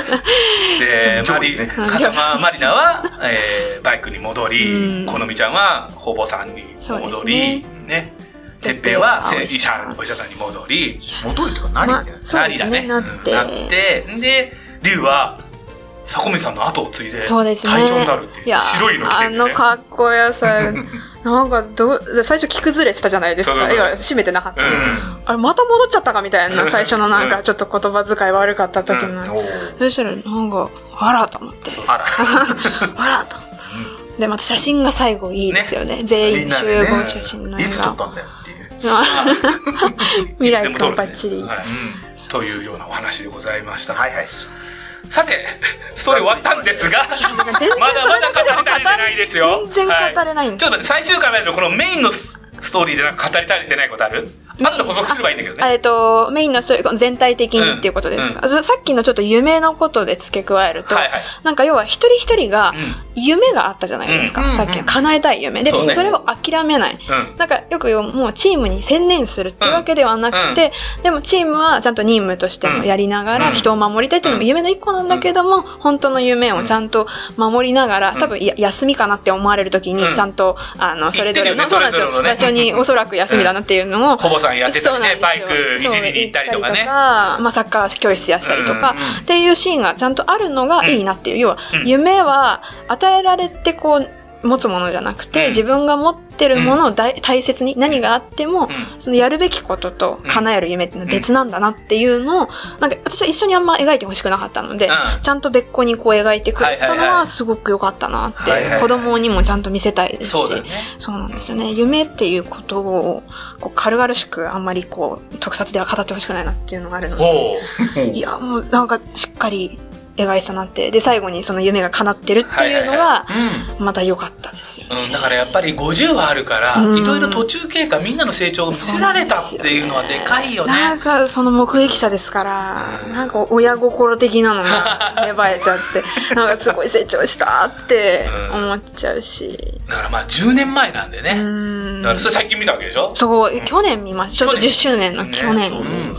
Speaker 1: で
Speaker 3: そう
Speaker 1: マリ
Speaker 3: 上位ね
Speaker 1: 風間マリナは、えーバイクに戻り、
Speaker 2: うん
Speaker 1: このみちゃんはほぼさんに
Speaker 2: そうで
Speaker 1: 戻
Speaker 2: す
Speaker 1: り
Speaker 2: ね
Speaker 1: ねでてっぺんは
Speaker 2: てっぺんは
Speaker 1: 医者お医者さんに戻り
Speaker 3: 戻るっていうか何
Speaker 2: まあ
Speaker 3: ね、
Speaker 2: そうですね、
Speaker 1: な
Speaker 2: な
Speaker 1: りだ
Speaker 2: って。
Speaker 1: うんなってで龍は坂道さんの後を継いで
Speaker 2: そうですね。
Speaker 1: 隊長になるっていう
Speaker 2: いや、
Speaker 1: 白いの着て
Speaker 2: あ
Speaker 1: るね
Speaker 2: のかっこ よさ、なんかどう、最初着崩れてたじゃないです
Speaker 1: そうそう
Speaker 2: か。
Speaker 1: そう
Speaker 2: いや、閉めてなかった。
Speaker 1: うん
Speaker 2: あれ、また戻っちゃったかみたいな、最初のなん
Speaker 1: うん
Speaker 2: か、ちょっと言葉遣い悪かった時の。
Speaker 3: お
Speaker 2: そしたら、なんか、あらと思って。
Speaker 1: そう
Speaker 3: あら
Speaker 2: あらと。で、また写真が最後いいですよね。全
Speaker 3: みん
Speaker 2: 員
Speaker 3: な
Speaker 2: 集
Speaker 3: でね
Speaker 2: 合写真の
Speaker 3: い
Speaker 2: 映
Speaker 3: つ撮
Speaker 2: 画
Speaker 3: っ。たんだよっていう、
Speaker 2: 未来
Speaker 1: 感
Speaker 2: 感バッチリ。
Speaker 1: はいというようなお話でございました、
Speaker 3: はいはい
Speaker 1: さて ストーリー終わったんです が
Speaker 2: 全然
Speaker 1: まだまだ語り足りてないですよ
Speaker 2: 全然語れないん
Speaker 1: は
Speaker 2: で
Speaker 1: ちょっと待って最終回までのこのメインのスストーリーでなんか語り足りてないことある後で補足すればいいんだけどね
Speaker 2: えっと、メインのそういう全体的にっていうことですか、そさっきのちょっと夢のことで付け加えると、
Speaker 1: はいはい
Speaker 2: なんか要は一人一人が夢があったじゃないですか、
Speaker 3: うん
Speaker 2: さっきの叶えたい夢で
Speaker 1: そ
Speaker 2: そ,、
Speaker 1: うね
Speaker 2: れを諦めない
Speaker 1: うん
Speaker 2: なんかよく言うもうチームに専念するってわけではなくて、でもチームはちゃんと任務としてもやりなが
Speaker 1: う
Speaker 2: ら
Speaker 1: ん
Speaker 2: 人を守りたいっていうのも夢の一個なんだけども、本当の夢をちゃんと守りながら、多分や休みかなって思われる時に
Speaker 1: うん
Speaker 2: ちゃんと、あのそれぞれの
Speaker 1: 言ってるよね
Speaker 2: そうな
Speaker 1: それ
Speaker 2: んです
Speaker 1: ぞれ
Speaker 2: よ場所
Speaker 1: のね
Speaker 2: におそらく休みだなっていうのを、
Speaker 1: ほぼさんやってたりね
Speaker 2: そう
Speaker 1: バ
Speaker 2: な
Speaker 1: イ
Speaker 2: ん
Speaker 1: クい
Speaker 2: ですよ
Speaker 1: じりに行ったりとか
Speaker 2: そう行
Speaker 1: ね
Speaker 2: ったりとかまあ、サッカー教室やったりとか、
Speaker 3: うん
Speaker 2: っていうシーンがちゃんとあるのがいいなっていう、要は
Speaker 1: うん
Speaker 2: 夢は与えられてこう持つものじゃなくて、
Speaker 1: うん
Speaker 2: 自分が持ってるものを大大切に何があって
Speaker 1: う
Speaker 2: も、
Speaker 1: ん
Speaker 2: そのやるべきことと叶える夢っていうのは別なんだなっていうのを、なんか私は一緒にあんま描いてほしくなかったので、
Speaker 1: うん
Speaker 2: ちゃんと別個にこう描いてくれてたの
Speaker 1: はいはいは
Speaker 2: はいすごく良かったなって、
Speaker 1: はいはいはい
Speaker 2: 子供にもちゃんと見せたいですし、
Speaker 1: そうだよね
Speaker 2: そうなんですよね。夢っていうことを、こう、軽々しく、あんまりこう、特撮では語ってほしくないなっていうのがあるので。
Speaker 1: おお
Speaker 2: いや、もうなんか、しっかり描いてたなって。で、最後にその夢が叶ってるっていうの
Speaker 1: はいは
Speaker 2: が、また良かったですよね。
Speaker 1: うん、だからやっぱり50はあるから、
Speaker 2: うん
Speaker 1: いろいろ途中経過みんなの成長を見せられたっていうのはでかいよ
Speaker 2: な
Speaker 1: ね
Speaker 2: んか、その目撃者ですから、
Speaker 1: うん
Speaker 2: なんか親心的なの が芽生えちゃって、なんかすごい成長したって思っちゃ うし。
Speaker 1: だからまあ10年前なんでね、
Speaker 2: うん
Speaker 1: だからそれ最近見たわけでしょ
Speaker 2: そう、去年見ました。ちょっと10周年の去
Speaker 1: ね
Speaker 2: 年
Speaker 1: そうそう
Speaker 2: に。
Speaker 1: そう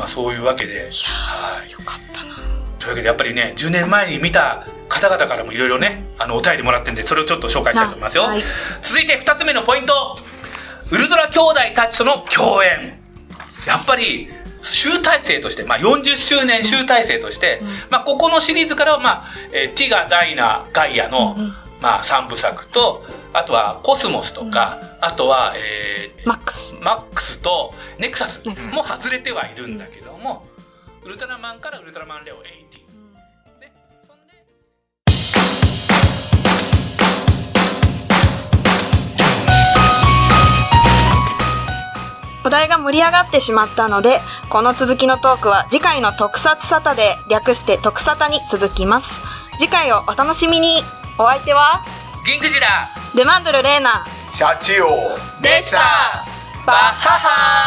Speaker 1: まあ、そういうわけで
Speaker 2: いや
Speaker 1: はい
Speaker 2: よかったな。
Speaker 1: というわけでやっぱりね10年前に見た方々からもいろいろねあのお便りもらってんでそれをちょっと紹介したいと思いますよ、
Speaker 2: はい
Speaker 1: 続いて2つ目のポイントウルトラ兄弟たちとの共演やっぱり集大成として、まあ、40周年集大成として、まあ、ここのシリーズからは、まあえーティガ・ダイナ・ガイアの、まあ、3部作とあとはコスモスとか、あとは、えー
Speaker 2: マックス。
Speaker 1: マックスとネクサス
Speaker 2: ネクサス
Speaker 1: も外れてはいるんだけども、ウルトラマンからウルトラマンレオ80ねそんで
Speaker 2: お題が盛り上がってしまったので、この続きのトークは次回の特撮サタで略して特サタに続きます。次回をお楽しみにお相手は、
Speaker 1: ギンクジラ
Speaker 2: ルマンドルレーナ
Speaker 3: シャチオ
Speaker 1: でしたバッハハー